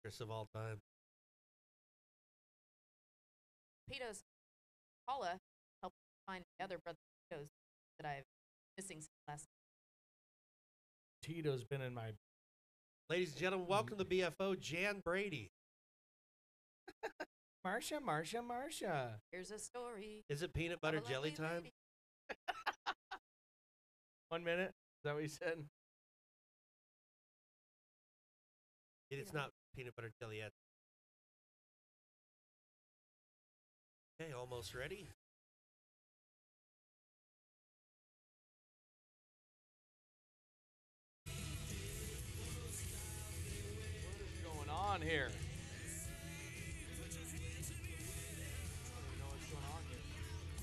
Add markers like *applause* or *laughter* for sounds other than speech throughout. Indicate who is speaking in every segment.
Speaker 1: actress of all time.
Speaker 2: Peto's Paula helped find the other brother Peto's that I'm missing since last.
Speaker 3: Tito's been in my
Speaker 1: Ladies and gentlemen, welcome to BFO, Jan Brady.
Speaker 3: Marsha, Marsha, Marsha.
Speaker 2: Here's a story.
Speaker 1: Is it peanut
Speaker 2: of a
Speaker 1: butter jelly
Speaker 2: Oh, lovely
Speaker 1: time?
Speaker 2: lady.
Speaker 3: One minute. Is that what you said?
Speaker 1: It's
Speaker 2: Yeah.
Speaker 1: not peanut butter jelly yet. Okay, almost ready.
Speaker 3: What is going on here?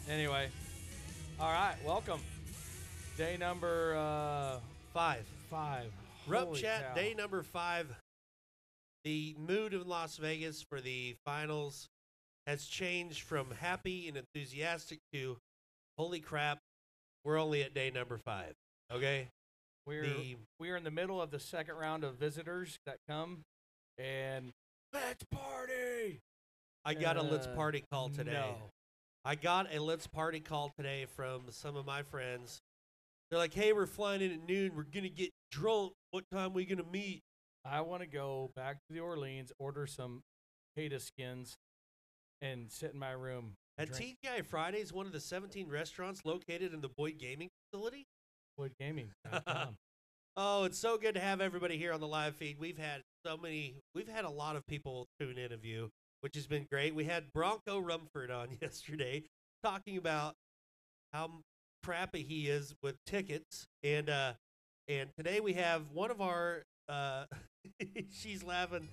Speaker 3: Anyway, all right, welcome. Day number uh,
Speaker 1: Five.
Speaker 3: five.
Speaker 1: Rub
Speaker 3: Holy
Speaker 1: chat
Speaker 3: cow.
Speaker 1: day number five. The mood in Las Vegas for the finals has changed from happy and enthusiastic to holy crap, we're only at day number five. Okay?
Speaker 3: We're
Speaker 1: The
Speaker 3: we're in the middle of the second round of visitors that come, and let's party.
Speaker 1: I got a let's
Speaker 3: Uh,
Speaker 1: party call today.
Speaker 3: No.
Speaker 1: I got a let's party call today from some of my friends. They're like, "Hey, we're flying in at noon. We're gonna get drunk. What time we gonna meet?"
Speaker 3: I want to go back to the Orleans, order some pita skins, and sit in my room. and
Speaker 1: At
Speaker 3: drink
Speaker 1: TGI Fridays, one of the 17 restaurants located in the Boyd Gaming facility.
Speaker 3: Wood
Speaker 1: *laughs*
Speaker 3: Gaming. dot com.
Speaker 1: Oh, it's so good to have everybody here on the live feed. We've had so many. We've had a lot of people tune in of you, which has been great. We had Bronco Rumford on *laughs* yesterday talking about how crappy he is with tickets, and uh, and today we have one of our. Uh, *laughs* she's laughing.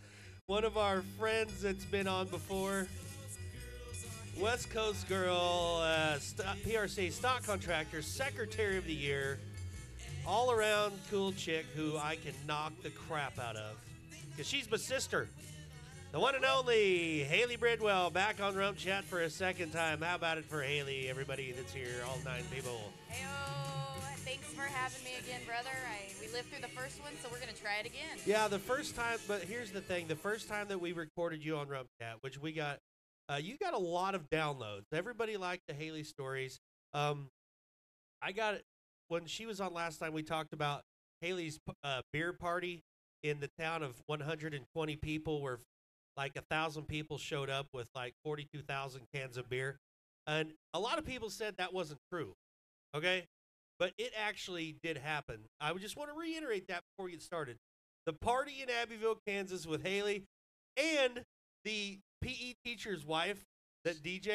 Speaker 1: One of our friends that's been on before, West Coast Girl, uh, st- PRC Stock Contractor, Secretary of the Year all around cool chick who I can knock the crap out of. Because she's my sister. The one and only Haley Bridwell back on Rump Chat for a second time. How about it for Haley, everybody that's here, all nine people?
Speaker 2: Heyo, thanks for having me again, brother. I, we lived through the first one, so we're gonna try it again.
Speaker 1: Yeah, the first time, but here's the thing the first time that we recorded you on Rump Chat, which we got, uh, you got a lot of downloads. Everybody liked the Haley stories. Um, I got when she was on last time, we talked about Haley's p- uh, beer party in the town of 120 people, where like a thousand people showed up with like 42,000 cans of beer. And a lot of people said that wasn't true. Okay. But it actually did happen. I would just want to reiterate that before we get started. The party in Abbeville, Kansas with Haley and the PE teacher's wife that DJ'd,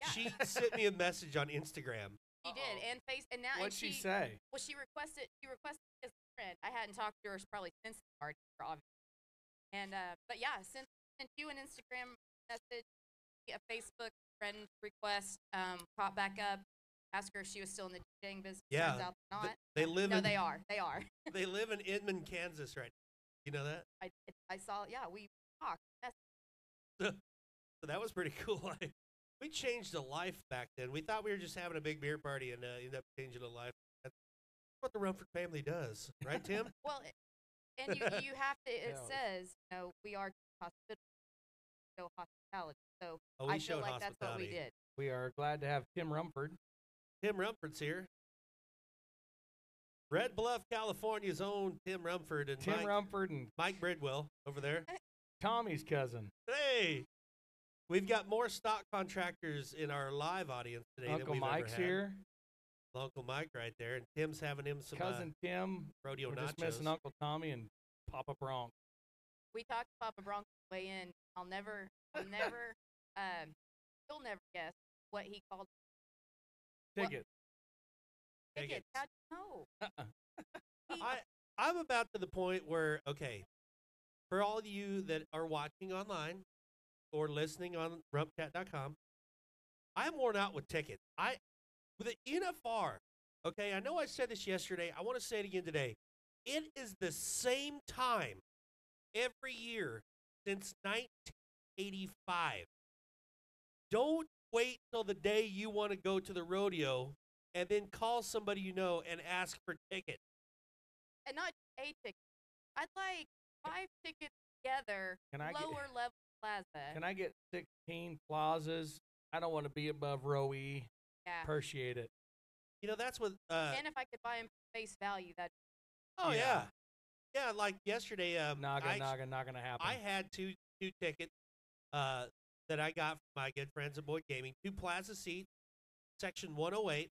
Speaker 2: Yeah.
Speaker 1: she sent me a message on Instagram.
Speaker 2: She did,
Speaker 3: Uh-oh.
Speaker 2: and face, and now and
Speaker 3: What'd she say?
Speaker 2: Well, she requested. She requested as a friend. I hadn't talked to her probably since the party, for obvious. And uh, but yeah, since sent you an Instagram message, a Facebook friend request, um, popped back up, asked her if she was still in the DJing business.
Speaker 1: Yeah,
Speaker 2: turns out
Speaker 1: Th-
Speaker 2: not.
Speaker 1: They live
Speaker 2: no,
Speaker 1: in
Speaker 2: they are. They are. *laughs*
Speaker 1: they live in Edmond, Kansas right now. You know that?
Speaker 2: I, I saw. Yeah, we talked. That's
Speaker 1: So that was pretty *laughs* cool. Like, we changed a life back then. We thought we were just having a big beer party and uh, ended up changing a life. That's what the Rumford family does, right, Tim?
Speaker 2: *laughs* well, it, and
Speaker 1: *laughs*
Speaker 2: you you have to. It
Speaker 3: Yeah.
Speaker 2: says you know we are hospitable. So hospitality. So
Speaker 1: Oh, we
Speaker 2: I feel
Speaker 1: showed
Speaker 2: like that's
Speaker 1: hospitality.
Speaker 2: what we did.
Speaker 3: We are glad to have Tim Rumford.
Speaker 1: Tim Rumford's here. Red Bluff, California's own Tim Rumford and
Speaker 3: Tim
Speaker 1: Mike,
Speaker 3: Rumford and
Speaker 1: Mike Bridwell over there.
Speaker 3: Tommy's cousin.
Speaker 1: Hey, we've got more stock contractors in our live audience today than
Speaker 3: Uncle
Speaker 1: we've ever
Speaker 3: Mike's
Speaker 1: had.
Speaker 3: here.
Speaker 1: Uncle Mike right there, and Tim's having him some uh,
Speaker 3: cousin Tim.
Speaker 1: rodeo
Speaker 3: We're
Speaker 1: nachos.
Speaker 3: just missing Uncle Tommy and Papa Bronk.
Speaker 2: we talked to Papa Bronco on the way in. I'll never, I'll never, um, you'll never guess what he called Well,
Speaker 3: Ticket.
Speaker 2: tickets.
Speaker 1: Tickets.
Speaker 2: How'd you know?
Speaker 3: Uh-uh.
Speaker 2: He-
Speaker 1: I I'm about to the point where okay, for all of you that are watching online or listening on rumpcat.com, I'm worn out with tickets. I with the NFR. Okay, I know I said this yesterday. I want to say it again today. It is the same time every year since 1985. Don't wait till the day you want to go to the rodeo and then call somebody you know and ask for tickets.
Speaker 2: and not a ticket. I'd like five tickets together
Speaker 3: Can I get-
Speaker 2: lower level plaza.
Speaker 3: Can I get 16 plazas? I don't want to be above row E.
Speaker 2: yeah.
Speaker 3: Appreciate it.
Speaker 1: You know, that's what. Uh,
Speaker 2: and if I could buy him face value, that
Speaker 1: oh yeah.
Speaker 3: Yeah.
Speaker 1: yeah, Like yesterday, um,
Speaker 3: Naga,
Speaker 1: I,
Speaker 3: naga, not gonna happen.
Speaker 1: I had two two tickets uh, that I got from my good friends at Boyd Gaming. Two plaza seats, section 108,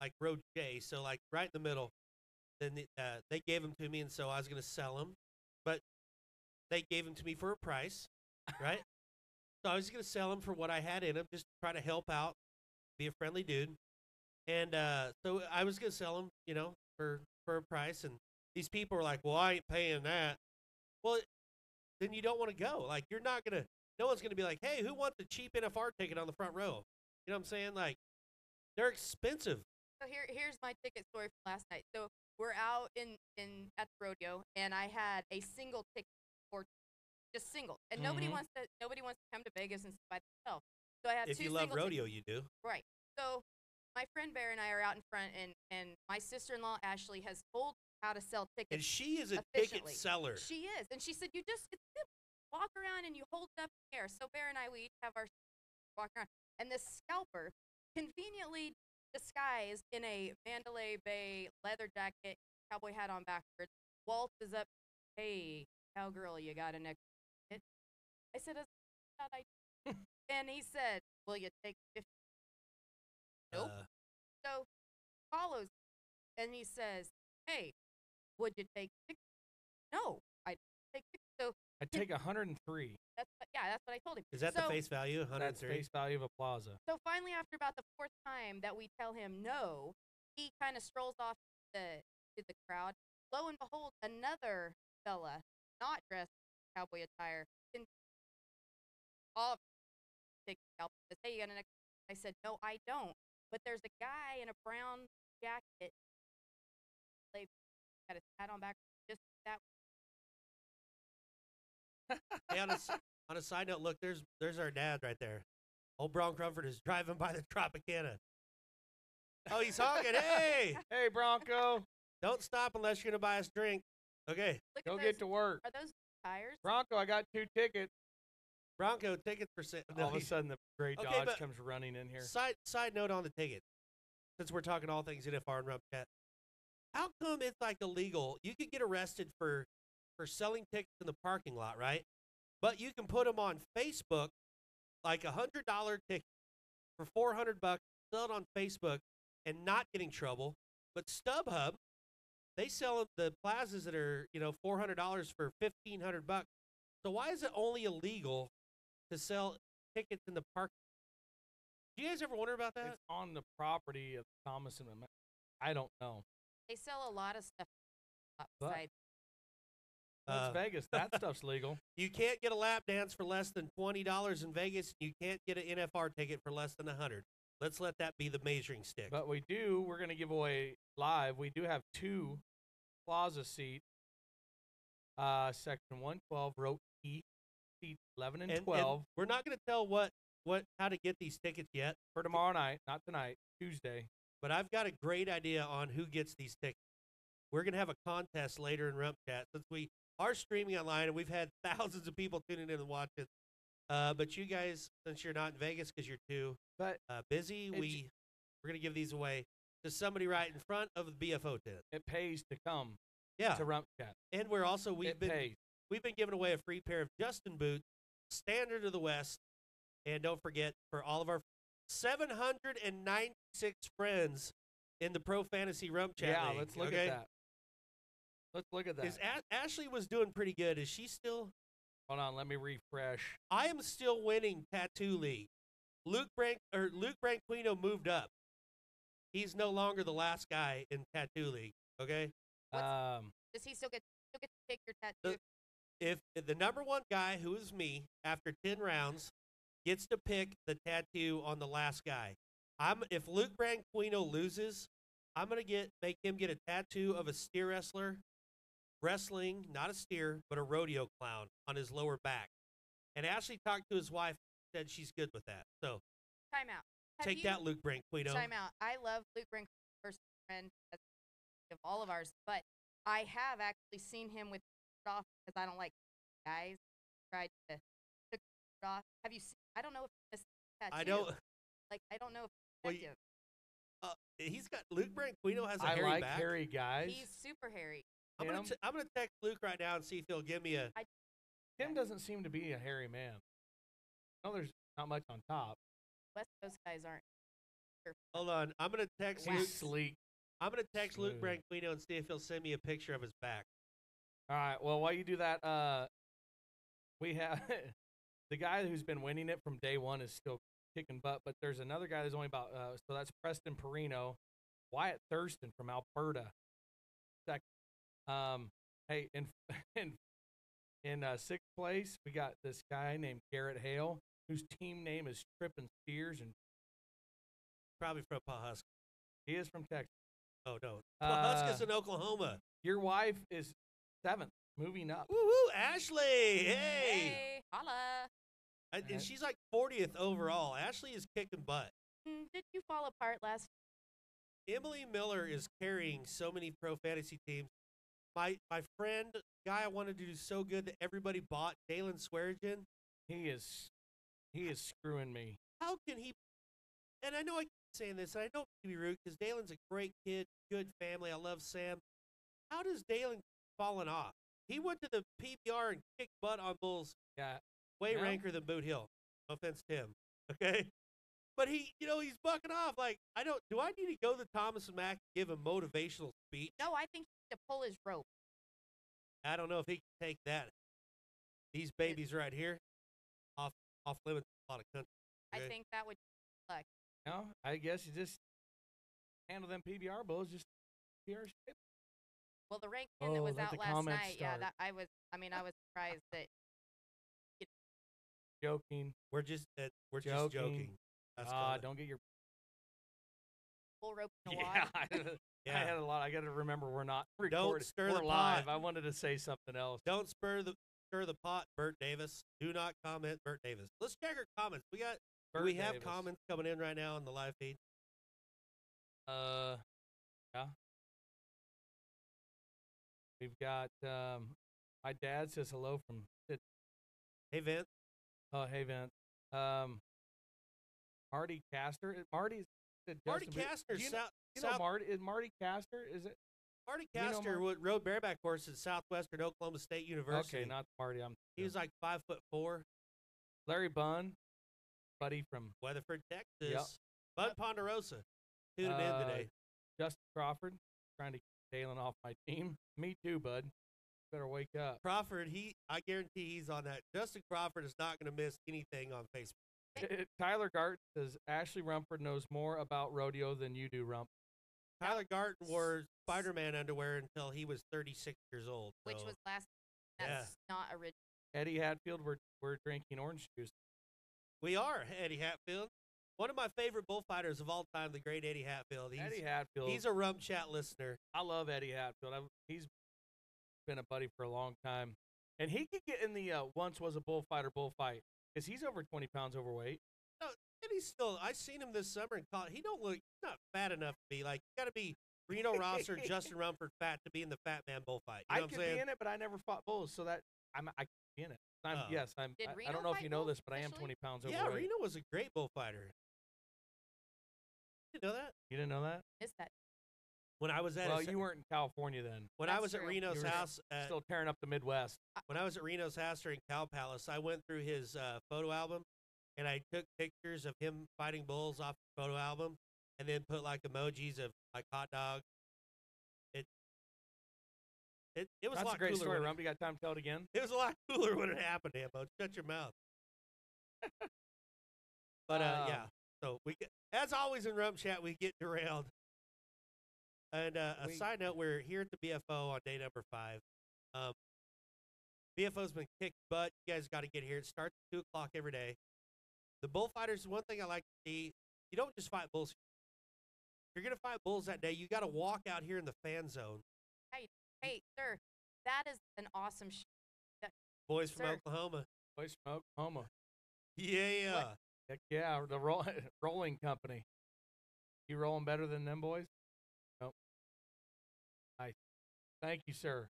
Speaker 1: like row J, so like right in the middle. Then the, uh, they gave them to me, and so I was going to sell them, but they gave them to me for a price, right? so I was going to sell them for what I had in them, just to try to help out, be a friendly dude, and uh, so I was going to sell them, you know, for for a price. And these people were like, "Well, I ain't paying that." Well, then you don't want to go. Like you're not gonna. No one's gonna be like, "Hey, who wants a cheap NFR ticket on the front row?" You know what I'm saying? Like they're expensive.
Speaker 2: So here, here's my ticket story from last night. So we're out in, in at the rodeo, and I had a single ticket for just single, and nobody
Speaker 3: Mhm.
Speaker 2: wants to nobody wants to come to Vegas and sit by themselves. So I have
Speaker 1: If
Speaker 2: two
Speaker 1: you love
Speaker 2: single
Speaker 1: rodeo, you do.
Speaker 2: Right. So my friend Bear and I are out in front, and and my sister-in-law Ashley has told me how to sell
Speaker 1: And
Speaker 2: tickets.
Speaker 1: she is a ticket
Speaker 2: Efficiently.
Speaker 1: seller.
Speaker 2: She is, and she said you just it's simple. walk around and you hold it up in the air. So Bear and I we each have our *laughs* walk around, and this scalper conveniently disguised in a Mandalay Bay leather jacket, cowboy hat on backwards, waltzes up. Hey, cowgirl, you got an extra ticket? I said, "That's not I." and he said, "Will you take 50 Nope.
Speaker 1: Uh,
Speaker 2: so follows me, and he says, Hey, would you take six? No, I don't take six. So
Speaker 3: I take 103.
Speaker 2: that's what, yeah, that's what I told him.
Speaker 1: is that
Speaker 2: so,
Speaker 1: the face value?
Speaker 3: That's
Speaker 1: 103.
Speaker 3: face value of a plaza.
Speaker 2: So finally, after about the fourth time that we tell him no, he kind of strolls off to the, to the crowd. Lo and behold, another fella, not dressed in cowboy attire, can all take out says, Hey, you got an extra? I said, No, I don't. But there's a guy in a brown jacket. They got his hat on back. Just that.
Speaker 1: hey, on, a, s- on a side note, look, there's there's our dad right there. Old Brown Crumford is driving by the Tropicana. Oh, he's
Speaker 2: *laughs*
Speaker 1: honking. hey,
Speaker 3: Hey Bronco,
Speaker 1: don't stop unless you're gonna buy us a drink. Okay,
Speaker 2: Look
Speaker 3: go
Speaker 2: at those.
Speaker 3: get to work.
Speaker 2: are those tires?
Speaker 3: Bronco, I got two tickets.
Speaker 1: Bronco tickets for sale. No,
Speaker 3: All of a
Speaker 1: he's-
Speaker 3: sudden, the gray
Speaker 1: Okay,
Speaker 3: Dodge
Speaker 1: but-
Speaker 3: comes running in here.
Speaker 1: Side side note on the ticket, since we're talking all things NFR and Rump Chat, how come it's like illegal? You could get arrested for for selling tickets in the parking lot, right? But you can put them on Facebook, like a hundred dollar ticket for four hundred bucks, sell it on Facebook, and not get in trouble. But StubHub, they sell the plazas that are you know four hundred dollars for fifteen hundred bucks. So why is it only illegal to sell tickets in the park? Do you guys ever wonder about that?
Speaker 3: It's on the property of Thomas and Mc- I don't know.
Speaker 2: They sell a lot of stuff.
Speaker 3: But-
Speaker 2: outside.
Speaker 3: Well,
Speaker 1: Uh,
Speaker 3: it's Vegas. That stuff's legal.
Speaker 1: You can't get a lap dance for less than twenty dollars in Vegas. You can't get an NFR ticket for less than a hundred. Let's let that be the measuring stick.
Speaker 3: But we do. We're gonna give away live. We do have two plaza seats. Uh, section one twelve, row E, seats eleven and,
Speaker 1: And- and
Speaker 3: twelve
Speaker 1: we're not going to tell what what how to get these tickets yet.
Speaker 3: for tomorrow night, not tonight, Tuesday.
Speaker 1: But I've got a great idea on who gets these tickets. We're going to have a contest later in Rump Chat since we are streaming online and we've had *laughs* thousands of people tuning in and watching. Uh, but you guys, since you're not in Vegas because you're too
Speaker 3: But
Speaker 1: uh, busy,
Speaker 3: j-
Speaker 1: we we're going to give these away to somebody right in front of the BFO tent.
Speaker 3: it pays to come
Speaker 1: Yeah,
Speaker 3: to Rump Chat.
Speaker 1: and we're also we've
Speaker 3: it
Speaker 1: been
Speaker 3: pays.
Speaker 1: we've been giving away a free pair of Justin boots, standard of the West. And don't forget, for all of our 796 friends in the Pro Fantasy Rump Chat.
Speaker 3: yeah,
Speaker 1: League,
Speaker 3: let's look
Speaker 1: okay?
Speaker 3: at that. Let's look at that.
Speaker 1: Is a- Ashley was doing pretty good. Is she still?
Speaker 3: Hold on, let me refresh.
Speaker 1: I am still winning Tattoo League. Luke Branc or Luke Branquino moved up. He's no longer the last guy in Tattoo League. Okay,
Speaker 2: What's-
Speaker 3: um,
Speaker 2: Does he still get still get to take your
Speaker 1: The-
Speaker 2: tattoo?
Speaker 1: if the number one guy, who is me, after ten rounds, gets to pick the tattoo on the last guy, I'm if Luke Branquino loses, I'm gonna get make him get a tattoo of a steer wrestler, wrestling not a steer but a rodeo clown on his lower back. And Ashley talked to his wife, said she's good with that. So
Speaker 2: Time out. Have
Speaker 1: take
Speaker 2: you-
Speaker 1: that, Luke Branquino.
Speaker 2: Time out. I love Luke Brink first friend that's of all of ours, but I have actually seen him with off because I don't like guys. tried to took it off. Have you seen? I don't know if this tattoo.
Speaker 1: I don't. *laughs*
Speaker 2: like. I don't know if it's
Speaker 1: Well, you-
Speaker 2: effective.
Speaker 1: Uh, he's got Luke Branquino has a
Speaker 3: I
Speaker 1: hairy
Speaker 3: like
Speaker 1: back.
Speaker 3: hairy guys.
Speaker 2: He's super hairy.
Speaker 1: I'm gonna
Speaker 3: Tim.
Speaker 1: t- I'm gonna text Luke right now and see if he'll give me a.
Speaker 3: Tim doesn't seem to be a hairy man. No, there's not much on top.
Speaker 2: West Coast guys aren't.
Speaker 1: Hold on. I'm gonna text
Speaker 2: Wow.
Speaker 1: Luke.
Speaker 3: He's sleek.
Speaker 1: I'm gonna text Luke
Speaker 3: Smooth.
Speaker 1: Branquino and see if he'll send me a picture of his back.
Speaker 3: All right. Well, while you do that, uh, we have *laughs* the guy who's been winning it from day one is still kicking butt, but there's another guy that's only about uh, so that's Preston Perino, Wyatt Thurston from Alberta. Second, um, hey, in *laughs* in in uh, sixth place we got this guy named Garrett Hale, whose team name is Trippin' Spears, and
Speaker 1: Probably from Pawhuska.
Speaker 3: he is from Texas.
Speaker 1: Oh no, Pawhuska's
Speaker 3: Uh,
Speaker 1: in Oklahoma.
Speaker 3: Your wife is seventh, moving up.
Speaker 1: Woo woo, Ashley! Hey,
Speaker 2: Hey, holla.
Speaker 1: And-
Speaker 3: Uh,
Speaker 1: and she's like 40th overall. Ashley is kicking butt.
Speaker 2: Mm, Did you fall apart last?
Speaker 1: Emily Miller is carrying so many pro fantasy teams. My my friend, guy I wanted to do so good that everybody bought, Dalen Swearingen.
Speaker 3: He is he is screwing me.
Speaker 1: How can he? And I know I keep saying this, and I don't mean to be rude because Dalen's a great kid, good family. I love Sam. How does Dalen fallen off? He went to the PBR and kicked butt on Bulls
Speaker 3: Yeah,
Speaker 1: way
Speaker 3: Yeah.
Speaker 1: ranker than Boot Hill. No offense to him. Okay. But he, you know, he's bucking off. Like, I don't, do I need to go to Thomas and Mack and give a motivational speech?
Speaker 2: No, I think he had to pull his rope.
Speaker 1: I don't know if he can take that. These babies right here, off, off limits to a lot of country.
Speaker 2: I
Speaker 1: Okay.
Speaker 2: think that would.
Speaker 3: No, I guess you just handle them PBR bulls. Just PBR shit.
Speaker 2: Well, the rank pin that
Speaker 3: Oh,
Speaker 2: was
Speaker 3: let
Speaker 2: out
Speaker 3: the
Speaker 2: last
Speaker 3: comments
Speaker 2: night. Yeah,
Speaker 3: start.
Speaker 2: that I was. I mean, I was surprised that.
Speaker 3: joking.
Speaker 1: We're just, uh, we're just
Speaker 3: Joking.
Speaker 1: joking. That's
Speaker 3: Ah,
Speaker 1: kinda-
Speaker 3: don't get your
Speaker 2: full rope in a
Speaker 3: yeah.
Speaker 2: wad.
Speaker 3: *laughs* I,
Speaker 1: *laughs* *laughs* yeah.
Speaker 3: had a lot. I got to remember we're not recording.
Speaker 1: stir
Speaker 3: we're
Speaker 1: the
Speaker 3: live.
Speaker 1: pot.
Speaker 3: I wanted to say something else.
Speaker 1: Don't spur the stir the pot, Bert Davis. Do not comment, Bert Davis. Let's check our comments. We got do
Speaker 3: Bert
Speaker 1: we have
Speaker 3: Davis.
Speaker 1: comments coming in right now on the live feed.
Speaker 3: Uh, yeah. We've got um, my dad says hello from. Sid-
Speaker 1: Hey Vince,
Speaker 3: Oh, hey Vince. Um, Marty Caster. Is Marty. Said
Speaker 1: Marty
Speaker 3: Justin Bieber-
Speaker 1: Kastner,
Speaker 3: Do You know,
Speaker 1: South,
Speaker 3: you know
Speaker 1: South-
Speaker 3: Marty is Marty Caster. Is it?
Speaker 1: Marty
Speaker 3: you know
Speaker 1: Castor
Speaker 3: Marty?
Speaker 1: would rode bareback horses at Southwestern Oklahoma State University.
Speaker 3: Okay, not Marty. I'm.
Speaker 1: he was like five foot four,
Speaker 3: Larry Bunn, buddy from
Speaker 1: Weatherford, Texas. Bud Ponderosa, tuning
Speaker 3: Uh,
Speaker 1: in today.
Speaker 3: Justin Crawford, trying to get Dalen off my team. Me too, bud. Better wake up.
Speaker 1: Crawford, he I guarantee he's on that. Justin Crawford is not going to miss anything on Facebook.
Speaker 3: Tyler Gart says Ashley Rumford knows more about rodeo than you do, Rump.
Speaker 1: Tyler Garten wore Spider-Man underwear until he was 36 years old.
Speaker 2: which
Speaker 1: so-
Speaker 2: was last.
Speaker 1: Yeah.
Speaker 2: That's not original.
Speaker 3: Eddie Hatfield, we're we're drinking orange juice.
Speaker 1: We are *laughs* Eddie Hatfield, one of my favorite bullfighters of all time, the great Eddie Hatfield. He's,
Speaker 3: Eddie Hatfield.
Speaker 1: he's a rum chat listener.
Speaker 3: I love Eddie Hatfield. I've, he's been a buddy for a long time, and he could get in the uh, once was a bullfighter bullfight because he's over twenty pounds overweight.
Speaker 1: And he's still. I seen him this summer in college. He don't look. He's not fat enough to be like. You got to be Reno
Speaker 3: *laughs*
Speaker 1: Ross or Justin Rumford fat to be in the Fat Man Bullfight. You know
Speaker 3: I
Speaker 1: what I'm
Speaker 3: could
Speaker 1: saying?
Speaker 3: be in it, but I never fought bulls, so that I'm I could be in it. I'm,
Speaker 1: Oh.
Speaker 3: yes, I'm.
Speaker 2: Did
Speaker 3: I, I
Speaker 2: Reno
Speaker 3: don't know if
Speaker 2: fight
Speaker 3: you know
Speaker 2: bulls
Speaker 3: this, but I am
Speaker 2: officially?
Speaker 3: twenty pounds
Speaker 1: yeah,
Speaker 3: overweight.
Speaker 1: Reno was a great bullfighter. You know that
Speaker 3: You didn't know that?
Speaker 2: Is that
Speaker 1: when I was at
Speaker 3: Well,
Speaker 1: his-
Speaker 3: you weren't in California then.
Speaker 1: when I
Speaker 2: That's
Speaker 1: was at
Speaker 2: true.
Speaker 1: Reno's
Speaker 3: You were
Speaker 1: house at,
Speaker 3: Still tearing up the Midwest.
Speaker 1: when I was at Reno's house during Cow Palace, I went through his uh, photo album and I took pictures of him fighting bulls off the photo album and then put like emojis of like hot dog. It it, it was
Speaker 3: That's
Speaker 1: a lot
Speaker 3: a great
Speaker 1: cooler.
Speaker 3: story,
Speaker 1: when it-
Speaker 3: Rump. You got time to tell it again?
Speaker 1: *laughs* It was a lot cooler when it happened, Ambo. Shut your mouth. But uh, yeah,
Speaker 3: Um,
Speaker 1: so we get, as always in Rump Chat, we get derailed. And uh, a
Speaker 3: We-
Speaker 1: side note, we're here at the BFO on day number five. Um, BFO's been kicked butt. You guys got to get here. It starts at two o'clock every day. The bullfighters. One thing I like to see: you don't just fight bulls. If you're gonna fight bulls that day. You got to walk out here in the fan zone.
Speaker 2: hey, sir? That is an awesome. Sh-
Speaker 1: Boys from
Speaker 2: Sir.
Speaker 1: Oklahoma.
Speaker 3: Boy Smoke, Oklahoma.
Speaker 1: Yeah, yeah.
Speaker 3: Heck yeah, the roll, *laughs* rolling company. You rolling better than them boys? Nope. Nice. Thank you, sir.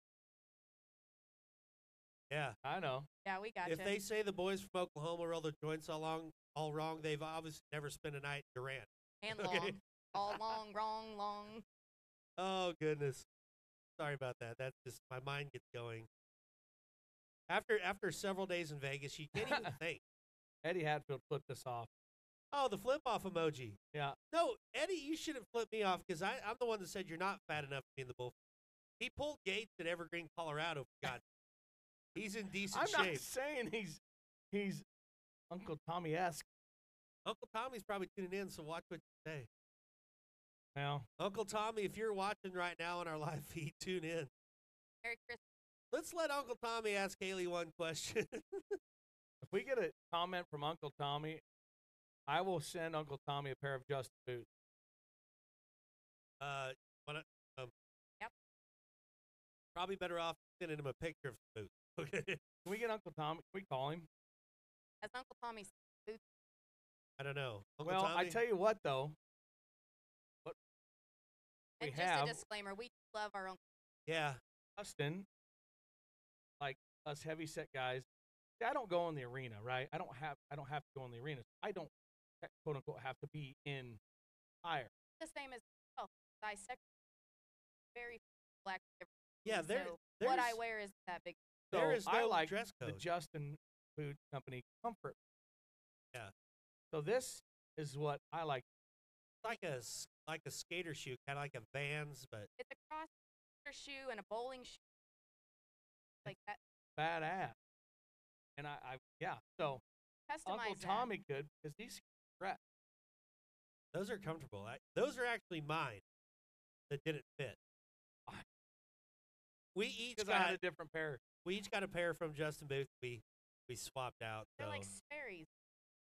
Speaker 1: Yeah.
Speaker 3: I know.
Speaker 2: Yeah, we got
Speaker 1: If they say the boys from Oklahoma roll their joints all long, all wrong, they've obviously never spent a night in Durant.
Speaker 2: and
Speaker 1: *laughs* okay.
Speaker 2: long, all long, wrong, long.
Speaker 1: Oh goodness. Sorry about that. That's just my mind gets going. After after several days in Vegas, you can't
Speaker 3: *laughs*
Speaker 1: even think.
Speaker 3: Eddie Hatfield flipped us off.
Speaker 1: Oh, the flip off emoji.
Speaker 3: Yeah.
Speaker 1: No, Eddie, you shouldn't flip me off because I'm the one that said you're not fat enough to be in the bull. He pulled Gates at Evergreen, Colorado. For
Speaker 3: *laughs*
Speaker 1: God, he's in decent
Speaker 3: I'm
Speaker 1: shape.
Speaker 3: not saying he's he's Uncle Tommy esque.
Speaker 1: Uncle Tommy's probably tuning in, so watch what you say.
Speaker 3: Now
Speaker 1: Uncle Tommy, if you're watching right now on our live feed, *laughs* tune in.
Speaker 2: Merry Christmas.
Speaker 1: Let's let Uncle Tommy ask Haley one question. *laughs*
Speaker 3: if we get a comment from Uncle Tommy, I will send Uncle Tommy a pair of Just boots.
Speaker 1: uh, wanna, um,
Speaker 2: Yep.
Speaker 1: Probably better off sending him a picture of the boots. *laughs* Okay.
Speaker 3: Can we get Uncle Tommy? Can we call him?
Speaker 2: As Uncle Tommy said,
Speaker 1: I don't know. Uncle
Speaker 3: well,
Speaker 1: Tommy,
Speaker 3: I tell you what though. What we
Speaker 2: and just
Speaker 3: have
Speaker 2: a disclaimer, we do love our Uncle.
Speaker 1: yeah,
Speaker 3: Justin, like us heavy set guys, see, I don't go in the arena, right? I don't have I don't have to go in the arena. I don't tech- quote unquote have to be in fire.
Speaker 2: The same as myself. I sec- very black. difference,
Speaker 1: yeah. There,
Speaker 2: so
Speaker 1: there's,
Speaker 2: what I wear is not that big.
Speaker 3: So
Speaker 1: there is no
Speaker 3: I like
Speaker 1: dress
Speaker 3: the
Speaker 1: code.
Speaker 3: Justin Food Company comfort.
Speaker 1: Yeah.
Speaker 3: So this is what I like.
Speaker 1: It's like a s- like a skater shoe, kind of like a Vans, but
Speaker 2: It's a cross shoe and a bowling shoe. Like that.
Speaker 3: Badass. And I, I yeah. So
Speaker 2: Customize
Speaker 3: Uncle
Speaker 2: that.
Speaker 3: Tommy could because these
Speaker 1: those are comfortable. I, those are actually mine that didn't fit.
Speaker 3: I-
Speaker 1: We each
Speaker 3: because I had
Speaker 1: got
Speaker 3: a different pair.
Speaker 1: we each got a pair from Justin Booth. We we swapped out.
Speaker 2: They're
Speaker 1: so.
Speaker 2: like Sperry's.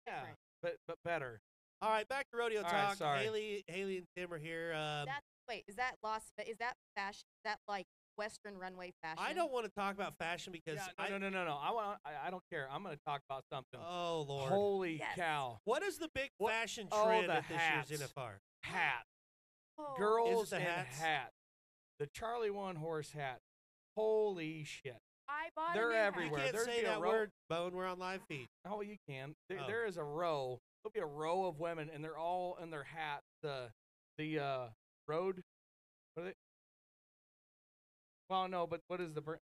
Speaker 3: Yeah.
Speaker 2: different.
Speaker 3: But but better.
Speaker 1: All right, back to rodeo
Speaker 3: All right,
Speaker 1: talk.
Speaker 3: sorry.
Speaker 1: Haley, Haley and Tim are here. Um,
Speaker 2: That's- Wait, is that Las? Ve- Is that fashion? Is that like Western runway fashion?
Speaker 1: I don't want to talk about fashion because
Speaker 3: Yeah,
Speaker 1: I
Speaker 3: no, no, no, no, no. I want. I, I don't care. I'm going to talk about something.
Speaker 1: oh lord,
Speaker 3: Holy
Speaker 2: Yes.
Speaker 3: cow!
Speaker 1: what is the big
Speaker 3: What-
Speaker 1: fashion
Speaker 3: oh,
Speaker 1: trend
Speaker 3: the
Speaker 1: at this year's
Speaker 3: hats.
Speaker 1: NFR?
Speaker 3: Hat,
Speaker 2: Oh,
Speaker 3: girls,
Speaker 1: the
Speaker 3: and
Speaker 1: hats?
Speaker 3: hat. The Charlie One Horse hat. Holy shit!
Speaker 2: I bought a
Speaker 3: they're
Speaker 2: new hat.
Speaker 1: You
Speaker 3: everywhere. Where
Speaker 1: can't
Speaker 3: there'd
Speaker 1: say
Speaker 3: be a
Speaker 1: that
Speaker 3: row-
Speaker 1: word, Bone. We're on live feed.
Speaker 3: Oh, you can. There,
Speaker 1: Oh.
Speaker 3: there is a row. There'll be a row of women, and they're all in their hat. The the uh, road. What are they? Well, no, but what is the? br-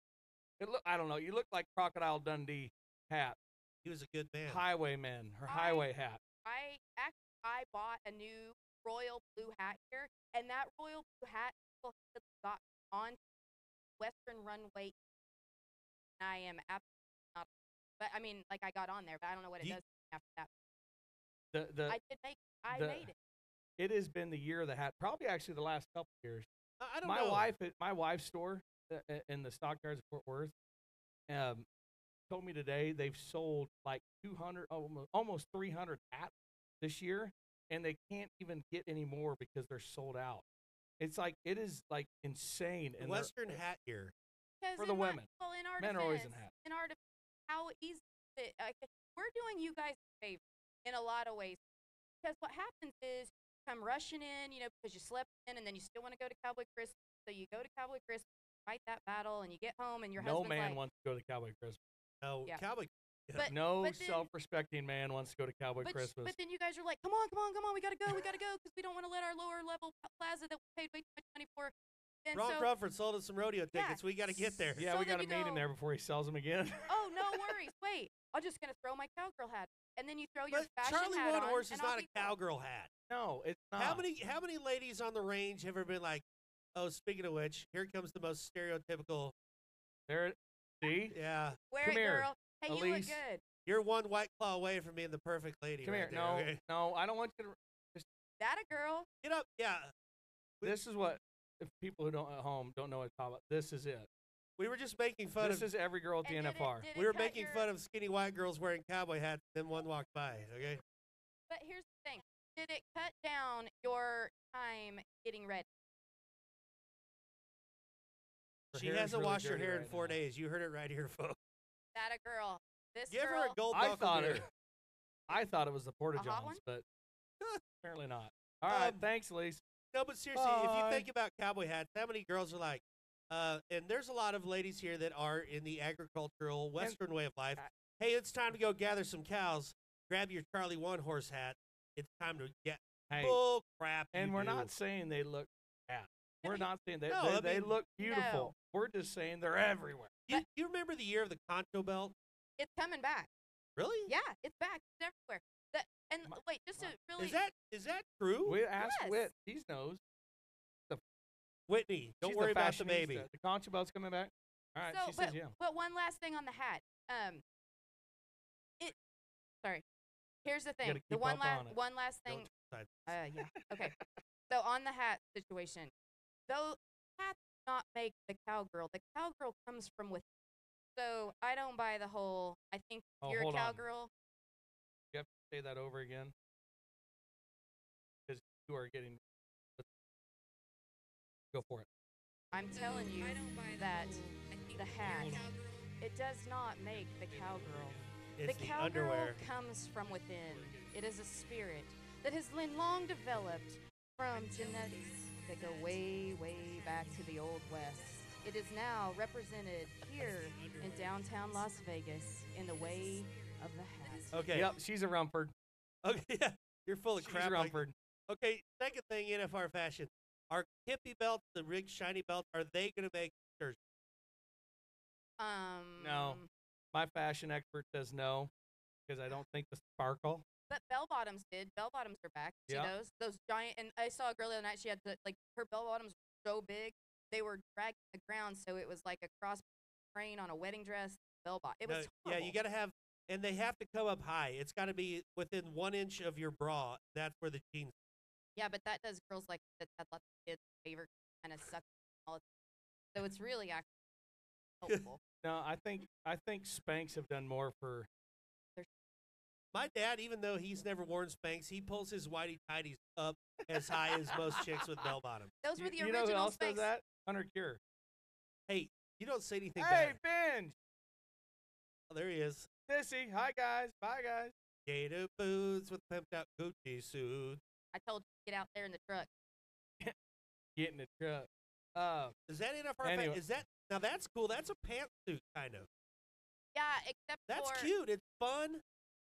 Speaker 3: It look. I don't know. You look like Crocodile Dundee hat,
Speaker 1: He was a good man.
Speaker 3: highwayman, her
Speaker 2: I-
Speaker 3: highway hat.
Speaker 2: I actually I bought a new royal blue hat here, and that royal blue hat people had got on Western Runway. And I am absolutely not, but I mean, like I got on there, but I don't know what it
Speaker 1: Ye-
Speaker 2: does after that.
Speaker 3: The the
Speaker 2: I did make, I
Speaker 3: the-
Speaker 2: made it.
Speaker 3: it has been the year of the hat. Probably actually the last couple years.
Speaker 1: I, I don't
Speaker 3: my
Speaker 1: know.
Speaker 3: wife at my wife's store uh, uh, in the stockyards of Fort Worth um, told me today they've sold like 200 almost, almost 300 hats this year and they can't even get any more because they're sold out it's like it is like insane
Speaker 1: The
Speaker 3: and they're- uh,
Speaker 1: Western hat year.
Speaker 2: Because
Speaker 3: for the
Speaker 2: in my-
Speaker 3: women.
Speaker 2: well, in our
Speaker 3: Men are always in
Speaker 2: defense,
Speaker 3: hats.
Speaker 2: In our defense, how easy is it? Like, we're doing you guys a favor in a lot of ways. Because what happens is you come rushing in, you know, because you slept in and then you still want to go to Cowboy Christmas. So you go to Cowboy Christmas, fight that battle, and you get home and your
Speaker 3: no
Speaker 2: husband's like,
Speaker 3: man wants to go to cowboy christmas
Speaker 1: No,
Speaker 2: Yeah.
Speaker 1: cowboy.
Speaker 2: But-
Speaker 3: no
Speaker 2: but then-
Speaker 3: self-respecting man wants to go to cowboy
Speaker 2: but, sh-
Speaker 3: christmas
Speaker 2: but then you guys are like, come on, come on, come on, we got to go, we got to go, because we don't want to let our lower level p- plaza that we paid way too much money for. And
Speaker 1: Ron
Speaker 2: so,
Speaker 1: Crawford sold us some rodeo
Speaker 2: Yeah.
Speaker 1: tickets. We got to get there.
Speaker 3: yeah
Speaker 2: so
Speaker 3: we
Speaker 2: then
Speaker 3: got to
Speaker 2: you
Speaker 3: meet him
Speaker 2: go-
Speaker 3: there before he sells them again
Speaker 2: oh, no worries, wait, I'm just going to throw my cowgirl hat. And then you throw your
Speaker 1: But
Speaker 2: fashion
Speaker 1: Charlie
Speaker 2: hat
Speaker 1: One
Speaker 2: on,
Speaker 1: Horse
Speaker 2: and
Speaker 1: is
Speaker 2: I'll
Speaker 1: not a
Speaker 2: be gone.
Speaker 1: cowgirl hat.
Speaker 3: *laughs* no it's not
Speaker 1: How many how many ladies on the range have ever been like, oh, speaking of which, here comes the most stereotypical.
Speaker 3: there it- see
Speaker 1: Yeah,
Speaker 2: Wear
Speaker 3: Come
Speaker 2: it,
Speaker 3: here,
Speaker 2: girl. Hey, you look
Speaker 3: Elise.
Speaker 2: good.
Speaker 1: you're one white claw away from being the perfect lady.
Speaker 3: come
Speaker 1: right
Speaker 3: here
Speaker 1: there,
Speaker 3: no
Speaker 1: okay?
Speaker 3: no i don't want
Speaker 1: *laughs*
Speaker 3: you to
Speaker 2: That a girl.
Speaker 1: Get up. Yeah. We-
Speaker 3: this is what if people who don't at home don't know what to talk about. This is it.
Speaker 1: We were just making fun
Speaker 3: this
Speaker 1: of
Speaker 3: is every girl at the
Speaker 2: And did it-
Speaker 3: NFR.
Speaker 2: did
Speaker 1: we
Speaker 2: it
Speaker 1: were
Speaker 2: cut
Speaker 1: making
Speaker 2: your-
Speaker 1: fun of skinny white girls wearing cowboy hats, then one walked by, okay?
Speaker 2: But here's the thing: did it cut down your time getting ready?
Speaker 3: Her
Speaker 1: she
Speaker 3: hair is
Speaker 1: hasn't
Speaker 3: really
Speaker 1: washed her
Speaker 3: dirty
Speaker 1: hair in
Speaker 3: right
Speaker 1: four
Speaker 3: now.
Speaker 1: days. You heard it right here, folks.
Speaker 2: That a girl. This
Speaker 1: Give
Speaker 2: girl.
Speaker 1: her a gold
Speaker 3: I
Speaker 1: buckle
Speaker 3: thought
Speaker 1: beer.
Speaker 3: it. I thought it was the Porta
Speaker 2: A hot one?
Speaker 3: Johns,
Speaker 1: *laughs*
Speaker 3: but apparently not. All right,
Speaker 1: Um,
Speaker 3: thanks, Elise.
Speaker 1: No, but seriously, if
Speaker 3: Bye.
Speaker 1: you think about cowboy hats, how many girls are like, Uh, and there's a lot of ladies here that are in the agricultural Western way of life.
Speaker 3: I-
Speaker 1: hey, it's time to go gather some cows. Grab your Charlie One horse hat. It's time to get
Speaker 3: Hey,
Speaker 1: bull crap. you
Speaker 3: and we're
Speaker 1: do.
Speaker 3: not saying they look bad. We're not saying they,
Speaker 1: No,
Speaker 3: they,
Speaker 1: I
Speaker 3: they
Speaker 1: mean-
Speaker 3: look beautiful. We're just saying they're everywhere.
Speaker 1: Do you, you remember the year of the Concho Belt?
Speaker 2: It's coming back.
Speaker 1: Really?
Speaker 2: Yeah, it's back. It's everywhere. That and
Speaker 3: My-
Speaker 2: wait, just to
Speaker 3: my-
Speaker 2: really
Speaker 1: Is that is that true?
Speaker 3: We asked
Speaker 2: Yes.
Speaker 3: Whit. He knows.
Speaker 1: Whitney, don't
Speaker 3: She's
Speaker 1: worry
Speaker 3: the
Speaker 1: about the baby.
Speaker 3: fashionista. The concha belt's coming back. All right,
Speaker 2: so,
Speaker 3: she
Speaker 2: but,
Speaker 3: says yeah.
Speaker 2: but one last thing on the hat. Um, it. Sorry. Here's the
Speaker 3: gotta
Speaker 2: thing. The
Speaker 3: keep
Speaker 2: one
Speaker 3: up
Speaker 2: last
Speaker 3: on it.
Speaker 2: one last thing.
Speaker 1: Don't decide this.
Speaker 2: Uh, yeah.
Speaker 3: *laughs*
Speaker 2: Okay. so on the hat situation, though hats do not make the cowgirl. The cowgirl comes from within. So I don't buy the whole. I think if
Speaker 3: Oh,
Speaker 2: you're a
Speaker 3: hold on.
Speaker 2: cowgirl.
Speaker 3: Say that over again. Because you are getting. Go for it.
Speaker 2: I'm telling you that the hat it does not make the cowgirl.
Speaker 1: It's
Speaker 2: the
Speaker 1: the,
Speaker 2: cowgirl
Speaker 1: underwear.
Speaker 2: comes from within. It is a spirit that has been long developed from genetics that go way, way back to the Old West. It is now represented here in downtown Las Vegas in the way of the hat.
Speaker 1: Okay.
Speaker 3: Yep, she's a rumford.
Speaker 1: *laughs* Okay. Yeah. You're full of
Speaker 3: She's
Speaker 1: crap.
Speaker 3: a
Speaker 1: like-
Speaker 3: rumford.
Speaker 1: okay. Second thing, NFR fashion. Are hippie belts, the rig shiny belts, are they going to make shirts?
Speaker 2: Um,
Speaker 3: My fashion expert says no because I don't think the sparkle.
Speaker 2: But bell bottoms did. Bell bottoms are back. See
Speaker 3: Yeah.
Speaker 2: those? Those giant. And I saw a girl the other night. She had the, like her bell bottoms were so big they were dragging the ground. So it was like a cross train on a wedding dress. Bell bottom. It was.
Speaker 1: No, yeah, you
Speaker 2: horrible.
Speaker 1: got to have, and they have to come up high. It's got to be within one inch of your bra. That's where the jeans.
Speaker 2: Yeah, but that does girls like that had lots of kids favor kind of suck all of that. So it's really actually helpful.
Speaker 3: No, I think I think Spanx have done more for.
Speaker 1: My dad, even though he's never worn Spanx, he pulls his whitey tighties up as high as most chicks with bell bottoms.
Speaker 2: Those
Speaker 3: You,
Speaker 2: were the
Speaker 3: you know
Speaker 2: original
Speaker 3: who else
Speaker 2: Spanx.
Speaker 3: does that? Hunter Cure.
Speaker 1: You don't say anything bad.
Speaker 3: Hey, binge,
Speaker 1: Oh, there he is.
Speaker 3: sissy. Hi guys. Bye guys.
Speaker 1: Gator boots with pimped out Gucci suit.
Speaker 2: I told you to get out there in the truck.
Speaker 3: Get in the truck. Uh,
Speaker 1: Is that NFR? fa-
Speaker 3: Anyway.
Speaker 1: Is that now? That's cool. That's a pantsuit kind of.
Speaker 2: Yeah, except
Speaker 1: That's
Speaker 2: for
Speaker 1: cute. It's fun.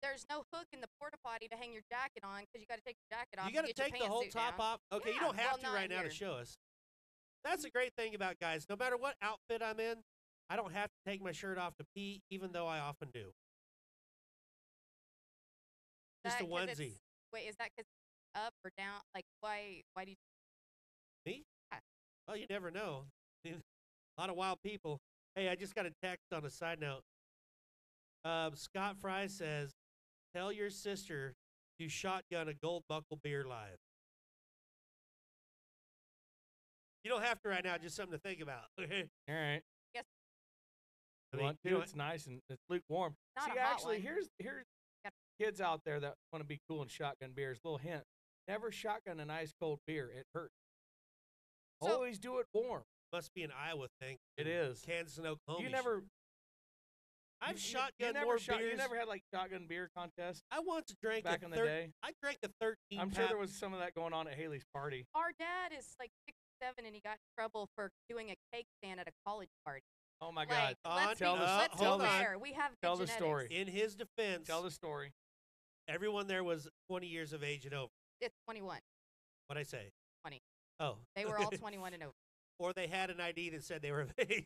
Speaker 2: there's no hook in the porta potty to hang your jacket on because you got to take your jacket off.
Speaker 1: You got
Speaker 2: to
Speaker 1: to take the whole top off. Okay, you
Speaker 2: Yeah,
Speaker 1: don't have
Speaker 2: well,
Speaker 1: to
Speaker 2: not
Speaker 1: right now to
Speaker 2: here.
Speaker 1: show us. That's a great thing about guys. No matter what outfit I'm in, I don't have to take my shirt off to pee, even though I often do. Just a onesie.
Speaker 2: Wait, is that because up or down? Like, why? Why do you?
Speaker 1: Well, you never know. *laughs* a lot of wild people. Hey, I just got a text on a side note. Um, Scott Fry says, "Tell your sister to shotgun a gold buckle beer live." You don't have to right now. Just something to think about. *laughs* I
Speaker 3: all right.
Speaker 1: mean,
Speaker 3: Want
Speaker 1: you
Speaker 3: to,
Speaker 1: know,
Speaker 3: it's nice and it's lukewarm.
Speaker 2: Not
Speaker 3: See,
Speaker 2: a hot
Speaker 3: actually,
Speaker 2: one.
Speaker 3: here's here's
Speaker 2: Got-
Speaker 3: kids out there that want to be cool and shotgun beers. Little hint: never shotgun an ice cold beer. It hurts.
Speaker 2: So-
Speaker 3: Always do it warm.
Speaker 1: must be an Iowa thing.
Speaker 3: It
Speaker 1: and
Speaker 3: is.
Speaker 1: Kansas and Oklahoma.
Speaker 3: You never.
Speaker 1: I've
Speaker 3: you-
Speaker 1: shotgunned
Speaker 3: you never
Speaker 1: more
Speaker 3: shot-
Speaker 1: beers.
Speaker 3: You never had like shotgun beer contest
Speaker 1: I once drank
Speaker 3: back
Speaker 1: a
Speaker 3: in the
Speaker 1: thir-
Speaker 3: day.
Speaker 1: I drank a thirteen.
Speaker 3: I'm sure
Speaker 1: pack-
Speaker 3: there was some of that going on at Haley's party.
Speaker 2: Our dad is like 67 and he got in trouble for doing a cake stand at a college party.
Speaker 3: Oh my God!
Speaker 2: like, let's
Speaker 1: Tell
Speaker 2: be,
Speaker 1: the-
Speaker 2: let's
Speaker 1: tell
Speaker 2: be
Speaker 1: the-
Speaker 2: fair. We have good
Speaker 3: tell the
Speaker 2: genetics.
Speaker 3: story.
Speaker 1: In his defense,
Speaker 3: Tell the story.
Speaker 1: everyone there was 20 years of age and over.
Speaker 2: It's 21.
Speaker 1: What I say?
Speaker 2: 20.
Speaker 1: Oh,
Speaker 2: They
Speaker 1: *laughs*
Speaker 2: were all 21 and over.
Speaker 1: or they had an ID that said they were of *laughs* age.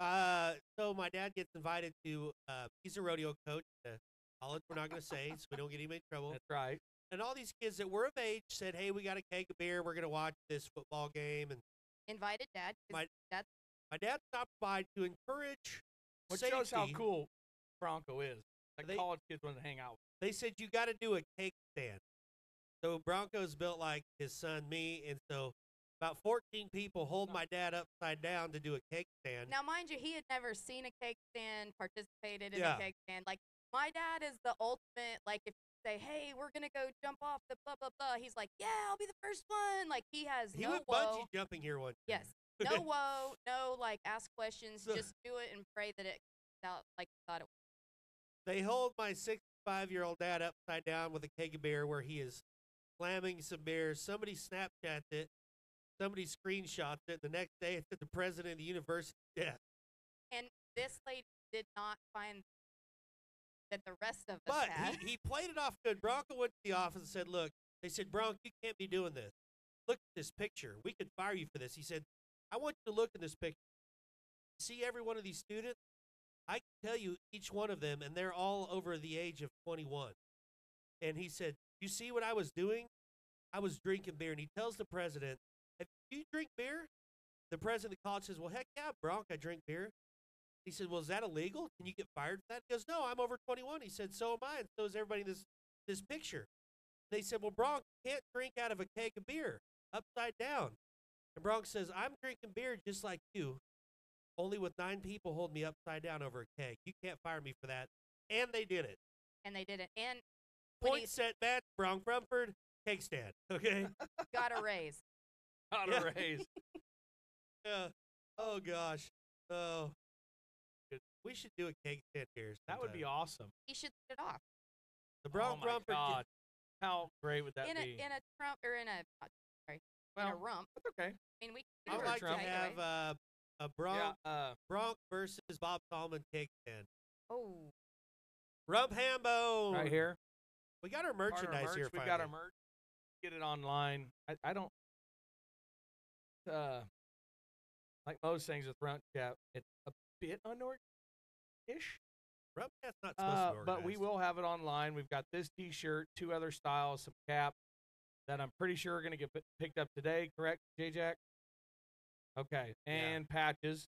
Speaker 1: Uh, so my dad gets invited to. Uh, he's a rodeo coach. At a college we're not going to say, so we don't get anybody in
Speaker 2: *laughs*
Speaker 1: trouble.
Speaker 3: That's right.
Speaker 1: And all these kids that were of age said, "Hey, we got a keg of beer. We're going to watch this football game." And
Speaker 2: Invited dad. 'cause
Speaker 1: My-
Speaker 2: that's
Speaker 1: my dad stopped by to encourage.
Speaker 3: Which
Speaker 1: safety.
Speaker 3: shows how cool Bronco is. Like
Speaker 1: They-
Speaker 3: college kids want to hang out. with.
Speaker 1: they said you got to do a cake stand. So Bronco's built like his son, me, and so about 14 people hold my dad upside down to do a cake stand.
Speaker 2: now, mind you, he had never seen a cake stand, participated in
Speaker 1: Yeah.
Speaker 2: a cake stand. Like my dad is the ultimate. Like if you say, "Hey, we're gonna go jump off the blah blah blah," he's like, "Yeah, I'll be the first one." Like he has
Speaker 1: he
Speaker 2: no
Speaker 1: went
Speaker 2: woe.
Speaker 1: bungee jumping here one. time. *laughs*
Speaker 2: Yes, no woe, no like ask questions.
Speaker 1: So-
Speaker 2: just do it and pray that it comes out like you thought it. would.
Speaker 1: They hold my 65 year old dad upside down with a keg of beer where he is slamming some beer. Somebody Snapchats it. somebody screenshots it. The next day, it's at the president of the university. Yeah,
Speaker 2: And this lady did not find that the rest of us
Speaker 1: but
Speaker 2: had.
Speaker 1: he, he played it off good. Bronco went to the office and said, "Look," they said, "Bronco, you can't be doing this. Look at this picture. We could fire you for this." He said, "I want you to look in this picture. See every one of these students. I can tell you each one of them, and they're all over the age of 21." And he said, "You see what I was doing? I was drinking beer." And he tells the president, "Have you drink beer?" The president of the college says, "Well, heck yeah, Bronco, I drink beer." He said, "Well, is that illegal? Can you get fired for that?" He goes, "No, I'm over 21." He said, "So am I, and so is everybody in this this picture." They said, "Well, Bronx you can't drink out of a keg of beer upside down." And Bronx says, "I'm drinking beer just like you, only with nine people holding me upside down over a keg. You can't fire me for that." And they did it.
Speaker 2: and they didn't. And when
Speaker 1: Point set match. Bronx Rumford keg stand. *laughs* Okay.
Speaker 2: he got
Speaker 1: *laughs*
Speaker 2: a raise.
Speaker 3: Got
Speaker 1: Yeah.
Speaker 3: a
Speaker 1: *laughs*
Speaker 3: raise.
Speaker 1: yeah. Oh gosh. Oh.
Speaker 3: Good.
Speaker 1: We should do a keg stand here.
Speaker 3: That would be
Speaker 1: sometime.
Speaker 3: awesome.
Speaker 2: He should sit it off.
Speaker 1: The Bronx
Speaker 3: oh my
Speaker 1: Rumford.
Speaker 3: God. How great would that
Speaker 2: in
Speaker 3: be?
Speaker 2: a in a trump or in a not- sorry,
Speaker 3: well,
Speaker 2: in a rump.
Speaker 3: that's okay.
Speaker 2: I mean we
Speaker 1: I
Speaker 2: can
Speaker 1: would
Speaker 3: Or
Speaker 1: like to
Speaker 3: Trump.
Speaker 1: have uh, a Bronk,
Speaker 3: Yeah. Uh,
Speaker 1: Bronk versus Bob Solomon kickstand.
Speaker 2: Oh
Speaker 1: Rump Hambone.
Speaker 3: right here.
Speaker 1: We got our
Speaker 3: Part of
Speaker 1: oh,
Speaker 3: our
Speaker 1: merchandise
Speaker 3: merch,
Speaker 1: here.
Speaker 3: We've
Speaker 1: finally.
Speaker 3: got our merch. Get it online. I, I don't. Uh, like most things with Runt Chat, it's a bit unorganized ish.
Speaker 1: Rump Cat's not supposed
Speaker 3: Uh,
Speaker 1: to be
Speaker 3: but we
Speaker 1: organized.
Speaker 3: will have it online. We've got this T-shirt, two other styles, some cap that I'm pretty sure are going to get p- picked up today. Correct, J Jack? Okay,
Speaker 1: Yeah.
Speaker 3: and patches.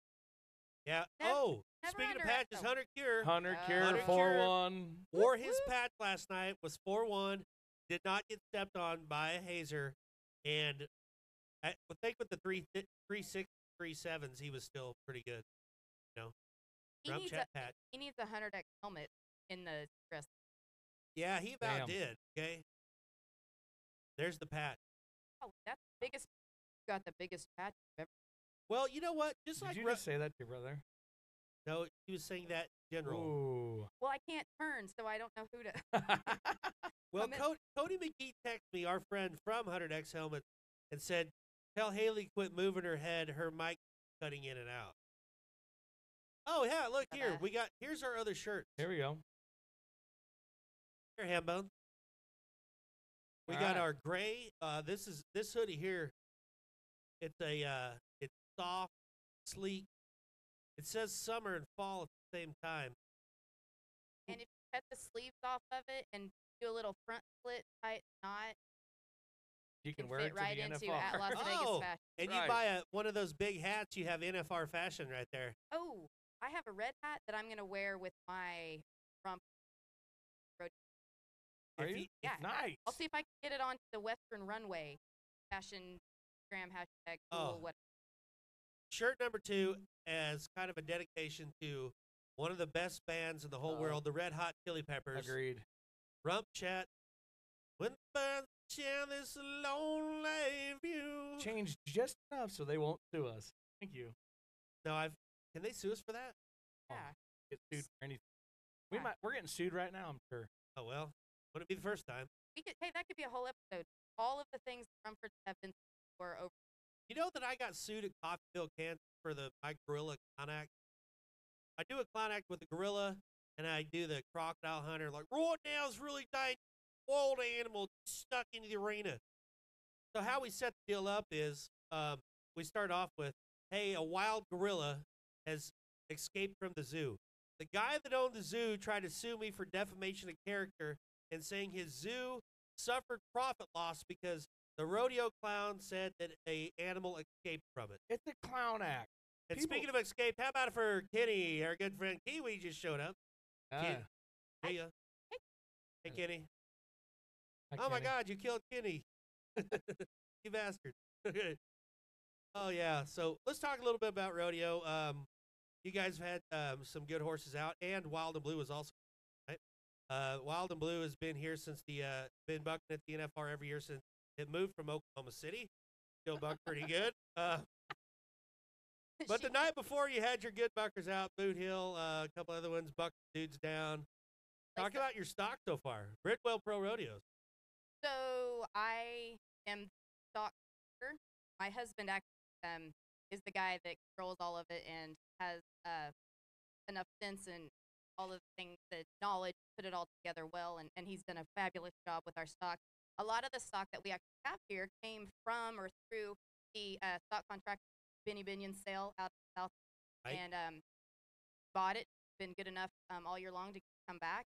Speaker 1: Yeah.
Speaker 2: Never-
Speaker 1: oh,
Speaker 2: never
Speaker 1: speaking of
Speaker 2: underestimate-
Speaker 1: patches, Hunter Cure
Speaker 3: Hunter
Speaker 2: Uh,
Speaker 3: Cure
Speaker 1: Hunter
Speaker 3: four
Speaker 1: Cure.
Speaker 3: one.
Speaker 1: wore his
Speaker 2: Whoop, whoop.
Speaker 1: patch last night. Was four one. Did not get stepped on by a hazer, and I would think with the three th- three six three sevens, he was still pretty good.
Speaker 2: he
Speaker 1: Rump
Speaker 2: needs
Speaker 1: Chat
Speaker 2: a,
Speaker 1: patch.
Speaker 2: he needs a hundred X helmet in the dress.
Speaker 1: Yeah, he about
Speaker 3: Damn.
Speaker 1: did. Okay. There's the patch.
Speaker 2: Oh, that's the biggest got the biggest patch you've ever
Speaker 1: Well, you know what? Just
Speaker 3: Did
Speaker 1: like
Speaker 3: you
Speaker 1: Ru-
Speaker 3: just say that to your brother?
Speaker 1: No, he was saying that in general.
Speaker 3: Ooh. *laughs*
Speaker 2: Well, I can't turn, so I don't know who to *laughs*
Speaker 1: Well,
Speaker 2: I'm in-
Speaker 1: Cody, Cody McGee texted me, our friend from 100X Helmet, and said, Tell Haley quit moving her head. Her mic cutting in and out. Oh, yeah. Look here.
Speaker 2: Ta-da.
Speaker 1: We got, here's our other shirt.
Speaker 3: Here we go.
Speaker 1: Here, Hambone. We
Speaker 3: All
Speaker 1: got
Speaker 3: right.
Speaker 1: our gray. Uh, this is this hoodie here. It's a uh, it's soft, sleek. It says summer and fall at the same time.
Speaker 2: cut the sleeves off of it and do a little front slit tight knot.
Speaker 3: You can
Speaker 2: Can
Speaker 3: wear
Speaker 2: fit
Speaker 3: it to
Speaker 2: right
Speaker 3: the
Speaker 2: into
Speaker 3: NFR.
Speaker 2: at
Speaker 3: *laughs*
Speaker 2: Las
Speaker 1: Oh.
Speaker 2: Vegas fashion.
Speaker 1: And you
Speaker 3: Right.
Speaker 1: buy a, one of those big hats, you have NFR fashion right there.
Speaker 2: Oh, I have a red hat that I'm gonna wear with my rump.
Speaker 3: Are
Speaker 1: If
Speaker 3: you?
Speaker 1: you-
Speaker 2: Yeah,
Speaker 3: Nice.
Speaker 2: I'll see if I can get it onto the Western Runway fashion Instagram hashtag
Speaker 1: Oh.
Speaker 2: cool what
Speaker 1: Shirt number two as kind of a dedication to one of the best bands in the whole
Speaker 3: Oh.
Speaker 1: world, the Red Hot Chili Peppers.
Speaker 3: Agreed.
Speaker 1: Rump chat. When the birds share this lonely view.
Speaker 3: Change just enough so they won't sue us. Thank you.
Speaker 1: No, I've. Can they sue us for that?
Speaker 3: Oh,
Speaker 2: yeah.
Speaker 3: Get sued for anything. We
Speaker 2: Yeah.
Speaker 3: might. We're getting sued right now. I'm sure.
Speaker 1: Oh well, wouldn't be the first time.
Speaker 2: We could hey, that could be a whole episode. All of the things Rumfords have been for over *laughs*
Speaker 1: You know that I got sued at Coffeeville, Kansas for the my gorilla clown act. I do a clown act with the gorilla, and I do the crocodile hunter. Like right now is really dangerous. Wild animal stuck into the arena. So how we set the deal up is um, we start off with, hey, a wild gorilla has escaped from the zoo. The guy that owned the zoo tried to sue me for defamation of character and saying his zoo suffered profit loss because the rodeo clown said that a animal escaped from it.
Speaker 3: It's a clown act.
Speaker 1: And
Speaker 3: People-
Speaker 1: speaking of escape, how about for Kenny, our good friend Kiwi just showed up. Ken-
Speaker 2: Oh
Speaker 3: Ah,
Speaker 1: hey, uh,
Speaker 2: Hey.
Speaker 1: hey, Kenny.
Speaker 3: I
Speaker 1: Oh my
Speaker 3: can't-
Speaker 1: God, you killed Kenny. *laughs* you bastard. *laughs* oh yeah. So let's talk a little bit about rodeo. Um, you guys have had um, some good horses out, and Wild and Blue is also. Right? Uh, Wild and Blue has been here since the uh, been bucking at the NFR every year since it moved from Oklahoma City. Still buck
Speaker 2: *laughs*
Speaker 1: pretty good. Uh, but the
Speaker 2: she-
Speaker 1: night before, you had your good buckers out, Boot Hill, uh, a couple other ones, buck dudes down.
Speaker 2: like,
Speaker 1: Talk
Speaker 2: so-
Speaker 1: about your stock so far, Bridwell Pro Rodeos.
Speaker 2: So I am stock. picker. my husband actually um, is the guy that controls all of it and has uh, enough sense and all of the things, the knowledge, put it all together well, and, and he's done a fabulous job with our stock. A lot of the stock that we actually have here came from or through the uh, stock contract Benny Binion sale out of South,
Speaker 1: Right.
Speaker 2: and um, bought it. Been good enough um, all year long to come back.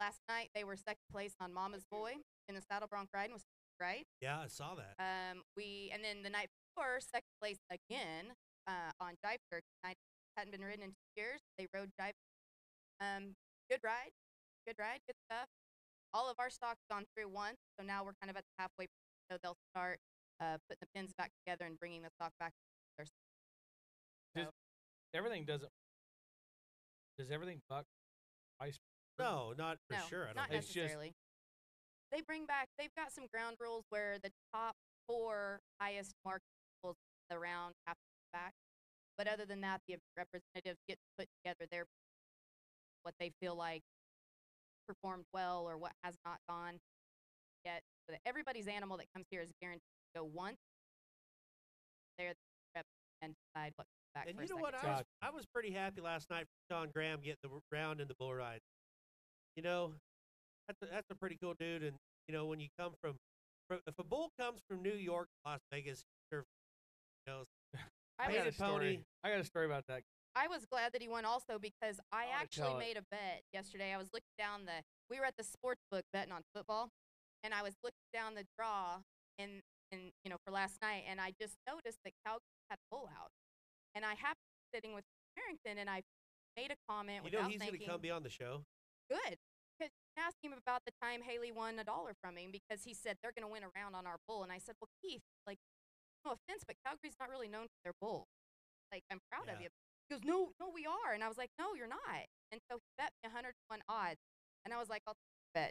Speaker 2: Last night they were second place on Mama's Boy in the saddle bronc riding was right.
Speaker 1: Yeah, I saw that.
Speaker 2: Um, we and then the night before, second place again uh, on Jive Turkey. Night hadn't been ridden in two years. They rode Jive. Um, good ride, good ride, good stuff. All of our stock's gone through once, so now we're kind of at the halfway. point, So they'll start uh, putting the pins back together and bringing the stock back.
Speaker 3: Everything doesn't. Does everything buck?
Speaker 1: No, not for
Speaker 2: Mm-hmm. no,
Speaker 1: sure. I don't
Speaker 2: not
Speaker 1: think.
Speaker 3: It's just-
Speaker 2: necessarily. they bring back. They've got some ground rules where the top four highest marked pulls the round have to come back. But other than that, the representatives get to put together their what they feel like performed well or what has not gone yet. So that everybody's animal that comes here is guaranteed to go once. They're the rep and decide what comes back.
Speaker 1: And
Speaker 2: for
Speaker 1: you
Speaker 2: a
Speaker 1: know
Speaker 2: second
Speaker 1: what?
Speaker 2: time.
Speaker 1: I was, I was pretty happy last night for Sean Graham getting the r- round in the bull ride. You know, that's a, that's a pretty cool dude. And you know, when you come from, from if a bull comes from New York, to Las Vegas, you know,
Speaker 2: I
Speaker 1: Painted
Speaker 3: got a
Speaker 1: Painted
Speaker 2: was,
Speaker 3: story.
Speaker 1: pony.
Speaker 3: I got a story about that.
Speaker 2: I was glad that he won also because I
Speaker 3: wanna
Speaker 1: Oh,
Speaker 2: actually
Speaker 3: tell it.
Speaker 2: made a bet yesterday. I was looking down the we were at the sports book betting on football and I was looking down the draw and and you know for last night and I just noticed that Calgary had a bull out. And I happened to be sitting with Harrington and I made a comment
Speaker 1: you know
Speaker 2: without
Speaker 1: he's going to
Speaker 2: thinking
Speaker 1: come be on the show.
Speaker 2: good. Because you asked him about the time Haley won a dollar from him because he said they're going to win a round on our bull. And I said, well, Keith, like, no offense, but Calgary's not really known for their bull. Like, I'm proud of
Speaker 1: Yeah.
Speaker 2: you. He goes, no, no, we are. And I was like, no, you're not. And so he bet me 101 odds. And I was like, I'll bet.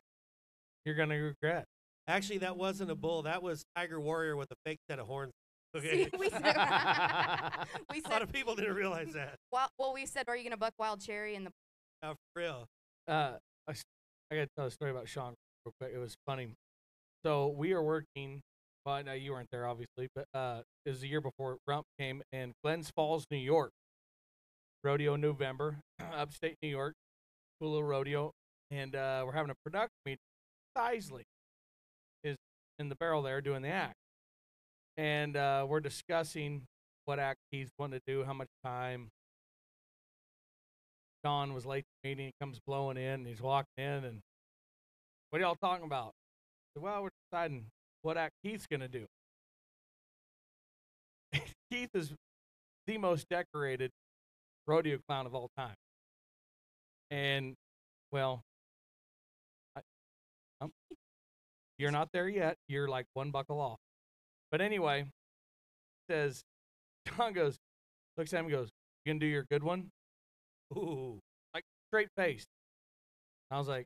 Speaker 3: You're gonna regret.
Speaker 1: Actually, that wasn't a bull. That was Tiger Warrior with a fake set of horns. *laughs* *laughs* Okay,
Speaker 2: See, we said, *laughs* we
Speaker 1: *laughs* a lot
Speaker 2: said
Speaker 1: of people didn't realize that. *laughs*
Speaker 2: well, well, we said, are you going to buck wild cherry? And the
Speaker 1: Oh, for real.
Speaker 3: uh, I, s- I got to tell a story about Sean real quick. It was funny. So we are working. Well, I know you weren't there, obviously, but uh, it was the year before Rump came in Glens Falls, New York. Rodeo in November, *clears throat* upstate New York, cool little rodeo, and uh, we're having a production meeting. Isley is in the barrel there doing the act, and uh, we're discussing what act he's wanting to do, how much time, Don was late to the meeting. He comes blowing in. And he's walking in, and what are y'all talking about? I said, well, we're deciding what act Keith's gonna do. *laughs* Keith is the most decorated rodeo clown of all time, and well, I, um, you're not there yet. You're like one buckle off. But anyway, says *laughs* Don goes, looks at him, and goes, "You gonna do your good one?"
Speaker 1: Ooh,
Speaker 3: straight faced. I was like,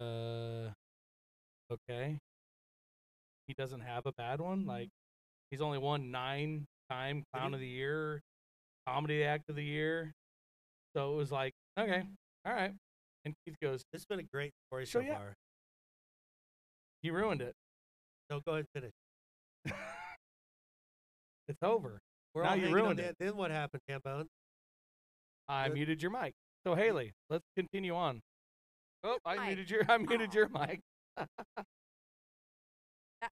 Speaker 3: uh, okay. He doesn't have a bad one. Like, he's only won nine time
Speaker 1: Did
Speaker 3: clown of the year, comedy act of the year. So it was like, okay, all right. And Keith goes,
Speaker 1: it's been a great story so,
Speaker 3: So, yeah.
Speaker 1: far.
Speaker 3: you ruined it.
Speaker 1: So go ahead and finish.
Speaker 3: It's over.
Speaker 1: We're
Speaker 3: Now
Speaker 1: all
Speaker 3: you
Speaker 1: hanging on
Speaker 3: ruined
Speaker 1: that.
Speaker 3: it.
Speaker 1: Then what happened, Tambone?
Speaker 3: I
Speaker 1: Good.
Speaker 3: muted your mic. So Haley, let's continue on. Oh, I
Speaker 2: Mic.
Speaker 3: muted your *laughs* I muted
Speaker 2: Aw.
Speaker 3: your mic.
Speaker 2: that,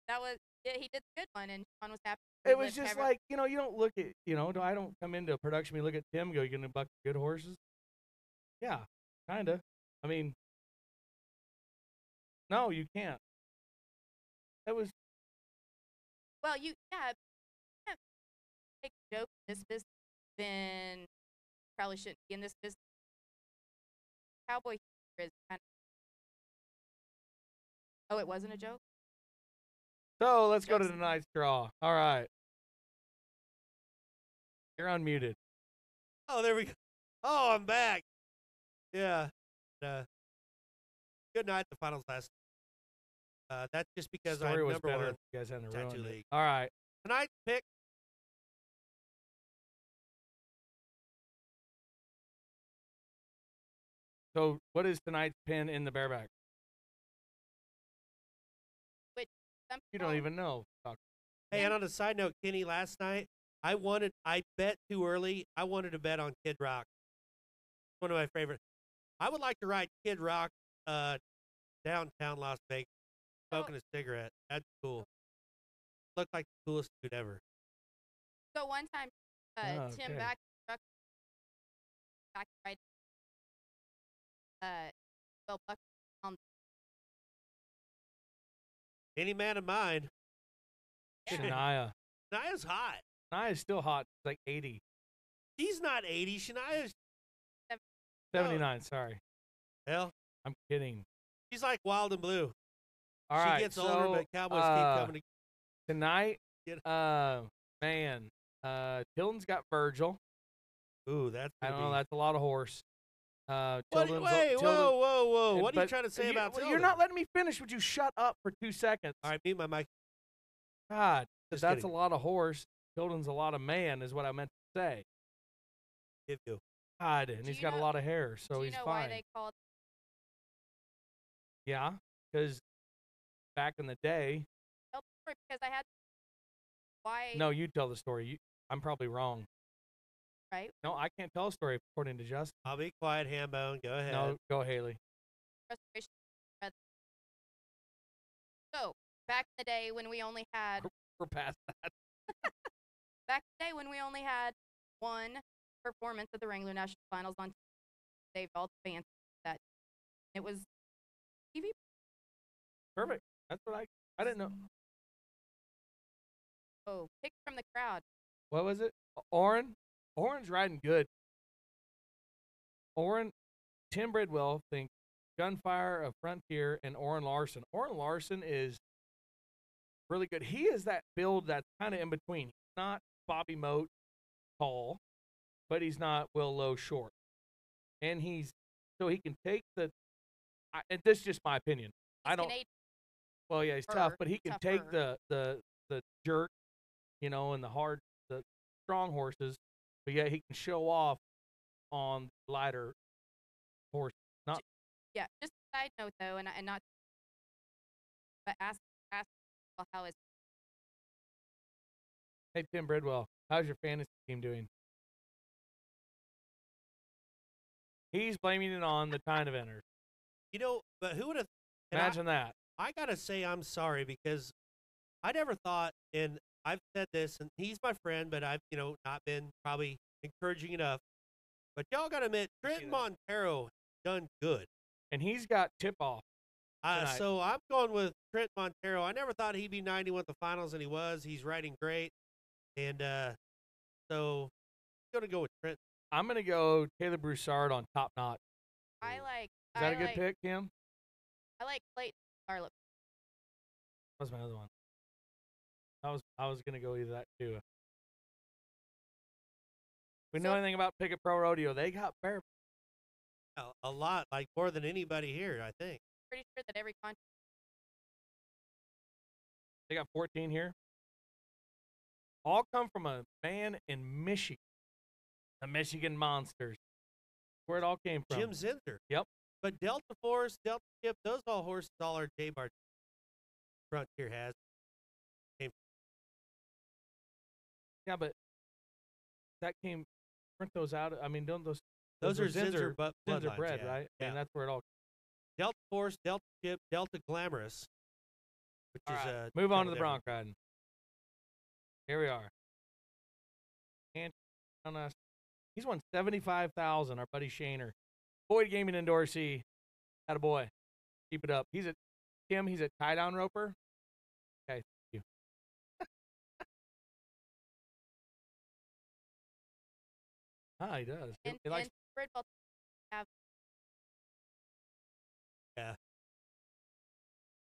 Speaker 2: that was, yeah, he did the good one. And Sean was happy. We
Speaker 3: it was
Speaker 2: lived
Speaker 3: just
Speaker 2: every-
Speaker 3: like you know you don't look at you know I don't come into a production we look at Tim go you gonna buck good horses yeah kinda I mean no you can't that was
Speaker 2: Well, you yeah, if you can't take a joke in
Speaker 3: Mm-hmm.
Speaker 2: this business, then probably shouldn't be in this business. Cowboy humor is kind of. Oh, it wasn't a
Speaker 3: Mm-hmm.
Speaker 2: joke.
Speaker 3: so let's go to
Speaker 2: Jokes.
Speaker 3: tonight's draw all right you're unmuted
Speaker 1: Oh, there we go. Oh, I'm back. Yeah. Uh, good night. The finals last. Uh, that's just because
Speaker 3: story
Speaker 1: I'm
Speaker 3: was
Speaker 1: number
Speaker 3: better
Speaker 1: one.
Speaker 3: if you guys hadn't
Speaker 1: Tattoo
Speaker 3: ruined it
Speaker 1: League.
Speaker 3: all right
Speaker 1: Tonight's pick.
Speaker 3: so what is tonight's pin in the bareback
Speaker 2: Some
Speaker 3: you don't
Speaker 2: people-
Speaker 1: Oh. *laughs*
Speaker 3: even know Doc.
Speaker 1: Hey,
Speaker 2: Yeah.
Speaker 1: and on a side note, Kenny, last night I wanted I bet too early. I wanted to bet on Kid Rock. One of my favorite. I would like to ride Kid Rock uh, downtown Las Vegas,
Speaker 2: Oh.
Speaker 1: smoking a cigarette. That's cool. Looked like the coolest dude ever.
Speaker 2: So one time, uh,
Speaker 3: Oh,
Speaker 2: Tim
Speaker 3: okay.
Speaker 2: back back back right. Uh, well, Buck,
Speaker 1: Any man of mine.
Speaker 3: Shania.
Speaker 1: Shania's hot.
Speaker 3: Shania's still hot. She's like 80.
Speaker 1: She's not eighty. Shania's No.
Speaker 3: 79, sorry.
Speaker 1: hell.
Speaker 3: I'm kidding.
Speaker 1: She's like wild and blue.
Speaker 3: All right.
Speaker 1: she gets older, but
Speaker 3: so,
Speaker 1: Cowboys
Speaker 3: uh,
Speaker 1: keep coming. To-
Speaker 3: Tonight,
Speaker 1: Get-
Speaker 3: uh, man, uh, Tilden's got Virgil.
Speaker 1: Ooh, that's.
Speaker 3: I
Speaker 1: gonna
Speaker 3: don't know.
Speaker 1: be-
Speaker 3: That's a lot of horse. Uh,
Speaker 1: What,
Speaker 3: Tilden's,
Speaker 1: wait,
Speaker 3: Tilden,
Speaker 1: whoa, whoa, whoa!
Speaker 3: and-
Speaker 1: What are you
Speaker 3: but
Speaker 1: trying to say
Speaker 3: you-
Speaker 1: about
Speaker 3: well,
Speaker 1: Tilden?
Speaker 3: You're not letting me finish. Would you shut up for two seconds?
Speaker 1: All right, mute my mic.
Speaker 3: God,
Speaker 1: Just
Speaker 3: that's
Speaker 1: kidding.
Speaker 3: a lot of horse. Tilden's a lot of man, is what I meant to say.
Speaker 1: Give you.
Speaker 3: God, and
Speaker 2: Do
Speaker 3: he's
Speaker 2: you
Speaker 3: got a
Speaker 2: know-
Speaker 3: lot of hair, so
Speaker 2: do you
Speaker 3: he's
Speaker 2: know why
Speaker 3: fine.
Speaker 2: they called?
Speaker 3: Yeah, because back in the day,
Speaker 2: Tell the story because I had. Why?
Speaker 3: no, you tell the story. You, I'm probably wrong.
Speaker 2: Right.
Speaker 3: No, I can't tell a story according to Justin.
Speaker 1: I'll be quiet, Hambone. Go ahead.
Speaker 3: No, go Haley.
Speaker 2: restoration rather- So back in the day when we only had
Speaker 3: We're past that.
Speaker 2: back in the day when we only had one performance at the Wrangler National Finals on TV, they all fancy that it was
Speaker 3: Perfect. That's what I. I didn't know.
Speaker 2: oh picked from the crowd.
Speaker 3: What was it? O- Oren. Oren's riding good. Oren, Tim Bridwell think Gunfire of Frontier and Oren Larson. Oren Larson is really good. He is that build that's kind of in between. He's not Bobby Moat tall, but he's not Will Lowe short, and he's so he can take the. I, and this is just my opinion. I
Speaker 2: He's
Speaker 3: don't.
Speaker 2: Canadian,
Speaker 3: Well, yeah, he's tough,
Speaker 2: tougher,
Speaker 3: but he can take the
Speaker 2: tougher.
Speaker 3: the the jerk, you know, and the hard, the strong horses. But yeah, he can show off on lighter horse.
Speaker 2: yeah. Just a side note though, and and not, but ask ask people how is
Speaker 3: Hey, Tim Bridwell, how's your fantasy team doing? He's blaming it on the
Speaker 2: *laughs*
Speaker 3: time eventers.
Speaker 1: You know, but who would have?
Speaker 3: Imagine that.
Speaker 1: I, I gotta say, I'm sorry because I never thought, and I've said this, and he's my friend, but I've you know not been probably encouraging enough. But y'all gotta admit,
Speaker 3: I see
Speaker 1: Trent
Speaker 3: that.
Speaker 1: Montero done good.
Speaker 3: And he's got tip off.
Speaker 1: Uh,
Speaker 3: Tonight.
Speaker 1: so I'm going with Trent Montero. I never thought he'd be 91 at the finals, and he was. He's riding great, and uh, so I'm gonna go with Trent.
Speaker 3: I'm gonna go Taylor Broussard on top knot.
Speaker 2: I like
Speaker 3: Is that
Speaker 2: I
Speaker 3: a good
Speaker 2: like,
Speaker 3: pick, Tim?
Speaker 2: I like Clayton Scarlett.
Speaker 3: What's my other one? I was I was gonna go either that too. We know
Speaker 2: So-
Speaker 3: anything about Picket Pro Rodeo? They got bear.
Speaker 1: A- a lot, like more than anybody here, I think.
Speaker 2: Pretty sure that every country
Speaker 3: They got 14 here. All come from a man in Michigan, the Michigan Monsters. Where it all came from.
Speaker 1: Jim Zinder.
Speaker 3: Yep.
Speaker 1: But Delta Force, Delta Ship, those all horses, all our J Bar Frontier has.
Speaker 3: yeah, but that came. Print those out. I mean, don't those?
Speaker 1: Those, are Zinder,
Speaker 3: Zinder,
Speaker 1: but
Speaker 3: Zinder bred, right? I
Speaker 1: Yeah.
Speaker 3: mean, that's where it all.
Speaker 1: Delta Force, Delta Ship, Delta Glamorous. Which
Speaker 3: All
Speaker 1: is
Speaker 3: right,
Speaker 1: uh,
Speaker 3: move on
Speaker 1: kinda
Speaker 3: to the
Speaker 1: different.
Speaker 3: bronc riding. Here we are. And on us, he's won seventy five thousand. Our buddy Shaner, Boyd Gaming in Dorsey, had a boy. Keep it up. He's a Tim. He's a tie down roper. Okay, thank you. *laughs* ah, he does. He,
Speaker 2: and,
Speaker 3: he likes
Speaker 2: and Bridwell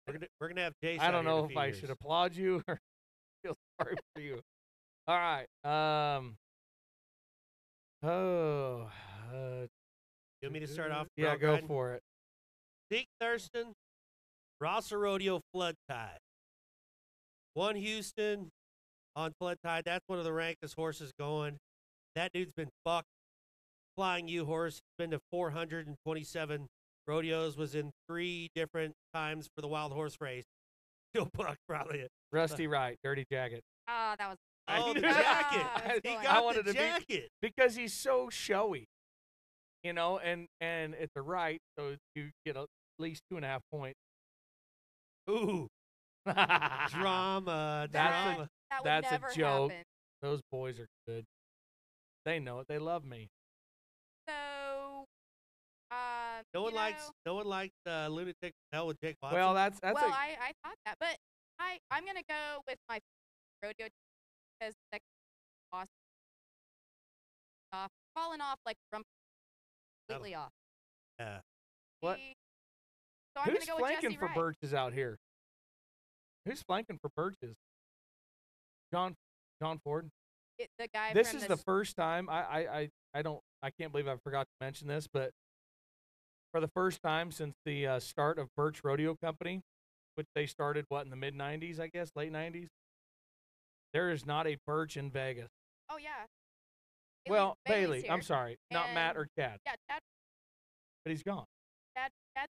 Speaker 1: We're gonna, we're gonna have Jason.
Speaker 3: I don't
Speaker 1: here in a
Speaker 3: know if
Speaker 1: few
Speaker 3: I
Speaker 1: years.
Speaker 3: should applaud you *laughs* or feel sorry for you. All right. Um. Oh. Uh,
Speaker 1: You want me to start off?
Speaker 3: Yeah,
Speaker 1: bronc
Speaker 3: go
Speaker 1: riding?
Speaker 3: for it.
Speaker 1: Zeke Thurston, Ross Rodeo Flood Tide. One Houston on Flood Tide. That's one of the rankest horses going. That dude's been fucked. Flying U horse. He's been to 427 rodeos, was in three *laughs* different times for the wild horse race. Still buck, probably. *laughs*
Speaker 3: Rusty Wright, Dirty Jacket.
Speaker 2: Ah, that was.
Speaker 3: I
Speaker 1: Oh, the
Speaker 3: knew-
Speaker 1: jacket.
Speaker 2: Ah, I was
Speaker 1: He
Speaker 2: going-
Speaker 3: *laughs* I
Speaker 1: got
Speaker 3: wanted
Speaker 1: the
Speaker 3: to be-
Speaker 1: jacket.
Speaker 3: because he's so showy, you know, and and at the right, so you get at least two and a half points.
Speaker 2: *laughs*
Speaker 1: Ooh, drama,
Speaker 2: That's a-
Speaker 1: drama.
Speaker 2: That would
Speaker 3: That's a
Speaker 2: never
Speaker 3: joke.
Speaker 2: happen.
Speaker 3: *laughs* Those boys are good. They know it. They love me.
Speaker 2: So, um,
Speaker 1: no one
Speaker 2: you
Speaker 1: likes,
Speaker 2: know,
Speaker 1: no one likes uh, lunatic hell with Jake Watson.
Speaker 3: Well, that's that's
Speaker 2: well,
Speaker 3: a,
Speaker 2: I I thought that, but I I'm gonna go with my rodeo team because that awesome. Off, fallen off like rump,
Speaker 1: That'll-
Speaker 2: completely off.
Speaker 1: yeah.
Speaker 3: Oh. What?
Speaker 2: He- So I'm
Speaker 3: who's
Speaker 2: gonna go
Speaker 3: flanking
Speaker 2: with Jesse
Speaker 3: for
Speaker 2: Wright.
Speaker 3: Birches out here? Who's flanking for Birches? John John Ford.
Speaker 2: It- the guy.
Speaker 3: this
Speaker 2: from
Speaker 3: is
Speaker 2: the
Speaker 3: the first time I, I I I don't I can't believe I forgot to mention this, but for the first time since the uh, start of Birch Rodeo Company, which they started what in the mid '90s, I guess, late '90s. There is not a Birch in Vegas.
Speaker 2: Oh yeah. Bailey-
Speaker 3: well,
Speaker 2: Bailey's
Speaker 3: Bailey, I'm
Speaker 2: here.
Speaker 3: sorry, not Matt or Chad,
Speaker 2: Yeah,
Speaker 3: *laughs*
Speaker 2: Chad.
Speaker 3: but he's gone.
Speaker 2: Chad. Chad.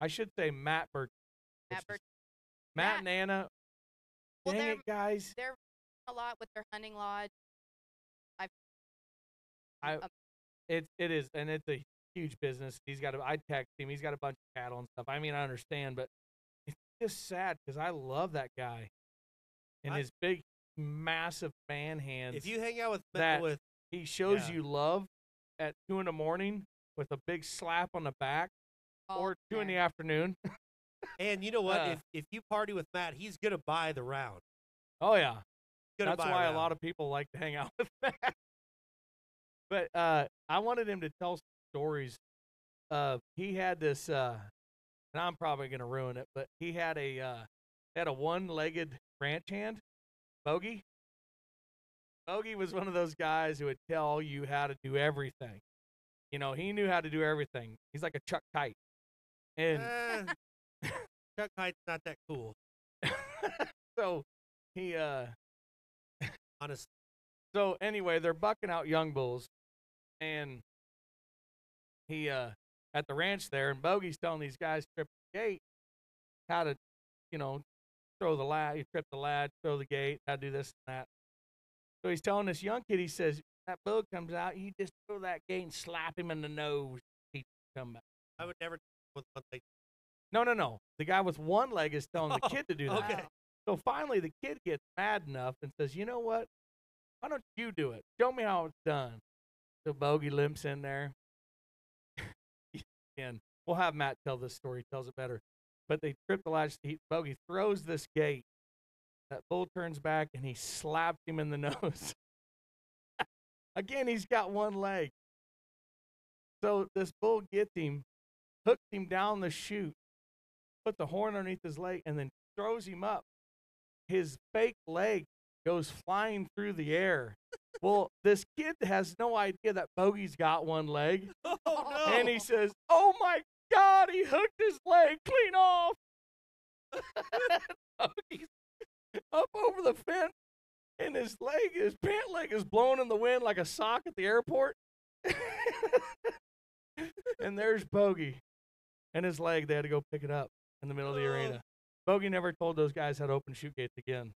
Speaker 3: I should say Matt Birch.
Speaker 2: Matt
Speaker 3: which is-
Speaker 2: Birch.
Speaker 3: Matt, and Anna.
Speaker 2: Well,
Speaker 3: Dang
Speaker 2: they're-
Speaker 3: it, guys!
Speaker 2: They're a lot with their hunting lodge. I've.
Speaker 3: I-
Speaker 2: um,
Speaker 3: It it is, and it's a huge business. He's got. A, I text him. He's got a bunch of cattle and stuff. I mean, I understand, but it's just sad because I love that guy and
Speaker 1: I-
Speaker 3: his big, massive man hands.
Speaker 1: If you hang out with
Speaker 3: that-
Speaker 1: with
Speaker 3: he shows
Speaker 1: yeah.
Speaker 3: you love at two in the morning with a big slap on the back,
Speaker 1: Oh,
Speaker 2: Paul
Speaker 3: or two in the
Speaker 2: Tanner.
Speaker 3: afternoon. *laughs*
Speaker 1: and you know what?
Speaker 3: Uh.
Speaker 1: if if you party with Matt, he's gonna buy the round.
Speaker 3: Oh yeah,
Speaker 1: He's gonna
Speaker 3: That's
Speaker 1: buy
Speaker 3: why a
Speaker 1: round.
Speaker 3: lot of people like to hang out *laughs* with Matt. but uh, I wanted him to tell some stories. Of he had this, uh, and I'm probably going to ruin it, but he had a uh, had a one-legged ranch hand, Bogey. Bogey was one of those guys who would tell you how to do everything. You know, he knew how to do everything. He's like a Chuck Kite, and *laughs*
Speaker 1: Eh, Chuck Hyde's not that cool, Eh.
Speaker 3: so he uh
Speaker 1: honestly.
Speaker 3: So anyway, they're bucking out young bulls, and he uh at the ranch there, and Bogey's telling these guys trip the gate, how to, you know, throw the lad, you trip the lad, throw the gate, how to do this and that. So he's telling this young kid, he says, that bull comes out, you just throw that gate and slap him in the nose. He come back.
Speaker 1: I would never. *laughs* With one thing.
Speaker 3: No, no, no. The guy with one leg is telling the
Speaker 1: *laughs* Oh,
Speaker 3: kid to do that.
Speaker 1: Okay.
Speaker 2: Wow.
Speaker 3: So finally, the kid gets mad enough and says, "You know what? Why don't you do it? Show me how it's done." So Bogey limps in there, *laughs* and we'll have Matt tell this story. He tells it better, but they trip the latch. He, Bogey throws this gate. That bull turns back and he slapped him in the *laughs* nose. Again, he's got one leg. So this bull gets him, hooks him down the chute, puts the horn underneath his leg, and then throws him up. His fake leg goes flying through the air. Well, this kid has no idea that Bogey's got one leg.
Speaker 1: Oh no!
Speaker 3: And he
Speaker 2: Oh.
Speaker 3: says, Oh my God, he hooked his leg clean off. *laughs* Bogey's up over the fence, and his leg, his pant leg is blowing in the wind like a sock at the airport. *laughs* and there's Bogey and his leg. They had to go pick it up in the middle of the
Speaker 1: Oh.
Speaker 3: arena. Bogey never told those guys how to open shoot gates again.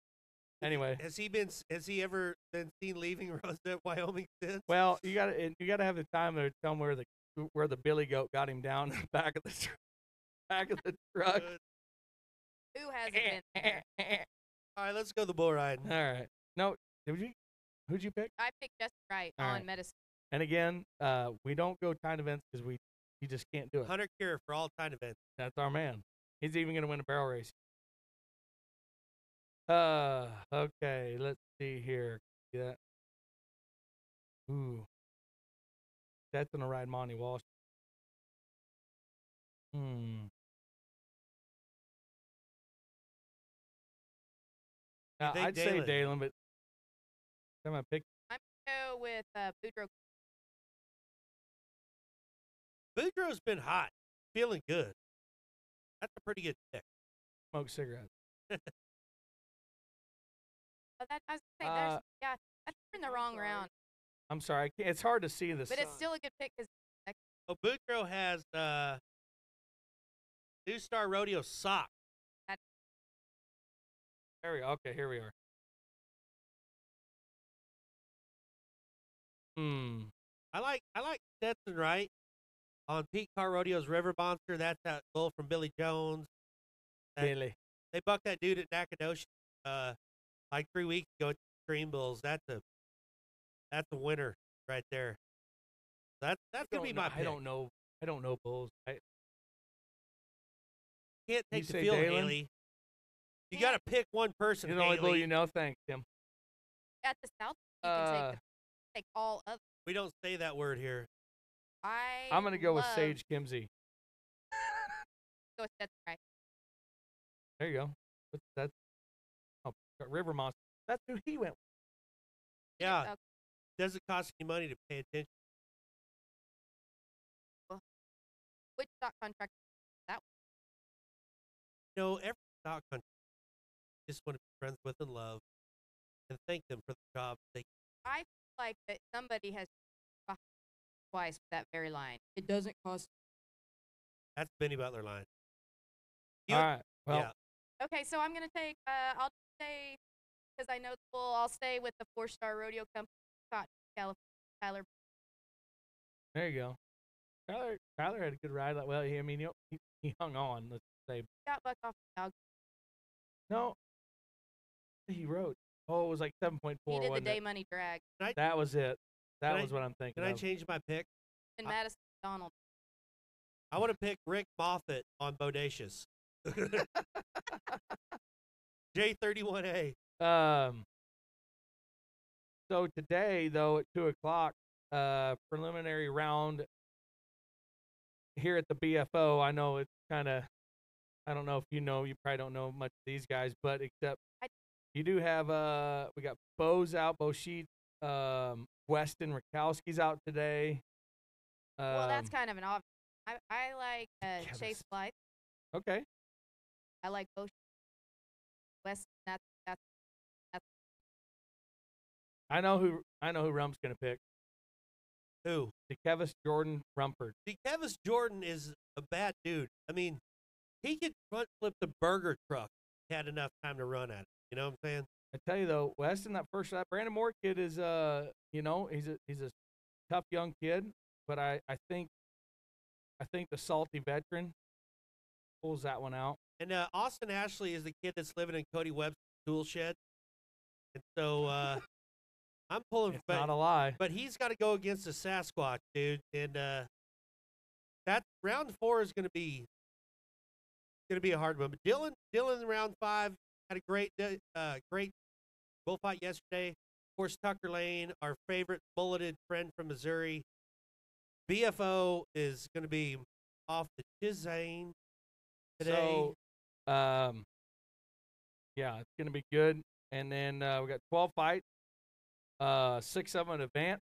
Speaker 3: Anyway,
Speaker 1: Has he been? s- Has he ever been seen leaving *laughs* Rosette, Wyoming since?
Speaker 3: well, you got to you got to have the time to tell 'em where the where the billy goat got him down *laughs* in the back of the tr- back of the
Speaker 1: *laughs*
Speaker 3: truck.
Speaker 1: Good.
Speaker 2: Who
Speaker 3: *laughs*
Speaker 2: hasn't been? there?
Speaker 3: All
Speaker 1: All right, let's go the bull riding.
Speaker 3: *laughs* right. No, did you who'd you pick?
Speaker 2: I picked Jesse Wright
Speaker 3: All
Speaker 2: on
Speaker 3: right.
Speaker 2: medicine.
Speaker 3: And again, uh, we don't go timed events because we you just can't do it.
Speaker 1: Hunter Cure for all time events.
Speaker 3: That's our man. He's even going to win a barrel race. Uh, okay. Let's see here. Yeah. Ooh. That's going to ride Monty Walsh. Hmm. Now,
Speaker 1: think
Speaker 3: I'd say
Speaker 1: Dalen?
Speaker 3: Dalen, but I'm gonna pick.
Speaker 2: Go with uh, Boudreaux.
Speaker 1: Boudreaux's been hot, feeling good. That's a pretty good pick.
Speaker 3: smoke cigarettes.
Speaker 2: Oh, that I was saying, there's
Speaker 3: Uh,
Speaker 2: yeah, that's in the wrong round,
Speaker 3: I'm sorry. I can't, it's hard to see this.
Speaker 2: but it's still a good pick because
Speaker 1: Oh, Boudreaux has uh, two star rodeo sock.
Speaker 2: That-
Speaker 3: There we go. Okay, here we are. Hmm.
Speaker 1: I like I like Stetson Wright on Pete Car Rodeo's River Monster. That's that goal from Billy Jones. That-
Speaker 3: Really?
Speaker 1: They bucked that dude at Nacogdoches uh, like three weeks ago at Green Bulls. That's a that's a winner right there. That's that's gonna be
Speaker 3: Don't know-
Speaker 1: my pick.
Speaker 3: I don't know. I don't know bulls. I,
Speaker 1: can't
Speaker 3: You
Speaker 1: take the
Speaker 3: say
Speaker 1: field,
Speaker 3: Dalen?
Speaker 1: Haley. You got to pick one person.
Speaker 3: you're the only bull
Speaker 1: Haley.
Speaker 3: you know. Thanks, Tim.
Speaker 2: At the South, you can
Speaker 3: Uh,
Speaker 2: take, the, take all of.
Speaker 1: We don't say that word here.
Speaker 2: I
Speaker 3: I'm gonna go with
Speaker 2: love-
Speaker 3: Sage Kimsey.
Speaker 2: Go with Stetson Wright.
Speaker 3: There you go. That's, that's oh, River Monster. That's who he went. with.
Speaker 1: Yeah,
Speaker 2: Okay.
Speaker 1: doesn't cost any money to pay attention.
Speaker 2: Which stock contract?
Speaker 1: You know, every stock country just want to be friends with and love, and thank them for the job they.
Speaker 2: Like that somebody has behind twice with that very line. It doesn't cost.
Speaker 1: That's Benny Butler line. You-
Speaker 3: All right. Well,
Speaker 1: yeah,
Speaker 2: Okay, so I'm gonna take. Uh, I'll stay because I know the bull. I'll stay with the four star rodeo company, Cotton, California. Tyler.
Speaker 3: there you go. Tyler, Tyler had a good ride. Like, well, he, I mean, you know, he, he hung on. Let's say
Speaker 2: Got buck off the dog.
Speaker 3: no. He rode. Oh, it was like seven point
Speaker 2: He
Speaker 3: four.
Speaker 2: did the
Speaker 3: wasn't
Speaker 2: day
Speaker 3: it?
Speaker 2: money drag.
Speaker 3: That was it. That
Speaker 1: I-
Speaker 3: was what I'm thinking.
Speaker 1: can I
Speaker 3: of.
Speaker 1: change my pick?
Speaker 2: And
Speaker 1: I-
Speaker 2: Madison Donald.
Speaker 1: I
Speaker 3: *laughs*
Speaker 1: want to pick Rick Moffat on Bodacious. J31A.
Speaker 3: Um. So today, though, at two o'clock, uh, preliminary round here at the BFO. I know it's kind of, I don't know if you know, you probably don't know much of these guys, but except
Speaker 2: I-
Speaker 3: you do have uh, we got Bo's out, Bo Sheet, um, Weston Rakowski's out today. Um,
Speaker 2: well, that's kind of an obvious. I, I like uh,
Speaker 3: Yeah,
Speaker 2: Chase
Speaker 3: that's-
Speaker 2: Blythe.
Speaker 3: okay.
Speaker 2: I like both. West. That's that's
Speaker 3: I know who I know who Rump's gonna pick.
Speaker 1: Who?
Speaker 3: DeKevis Jordan Rumford.
Speaker 1: See, Kevis Jordan is a bad dude. I mean, he could front flip the burger truck if he had enough time to run at it. You know what I'm saying?
Speaker 3: I tell you though, West in that first lap, Brandon Moore kid is uh, you know, he's a he's a tough young kid, but I I think I think the salty veteran pulls that one out.
Speaker 1: And uh, Austin Ashley is the kid that's living in Cody Webb's tool shed. And so
Speaker 3: *laughs*
Speaker 1: uh, I'm pulling,
Speaker 3: It's
Speaker 1: Oh, but,
Speaker 3: not a lie.
Speaker 1: but he's got to go against a Sasquatch, dude. And uh, that round four is going to be going to be a hard one. But Dylan, Dylan, in round five had a great day- uh, great bullfight yesterday. Of course, Tucker Lane, our favorite bulleted friend from Missouri, BFO is going to be off the chizane today.
Speaker 3: So, um, yeah, it's gonna be good. And then uh, we got twelve fights, uh, six of them advance,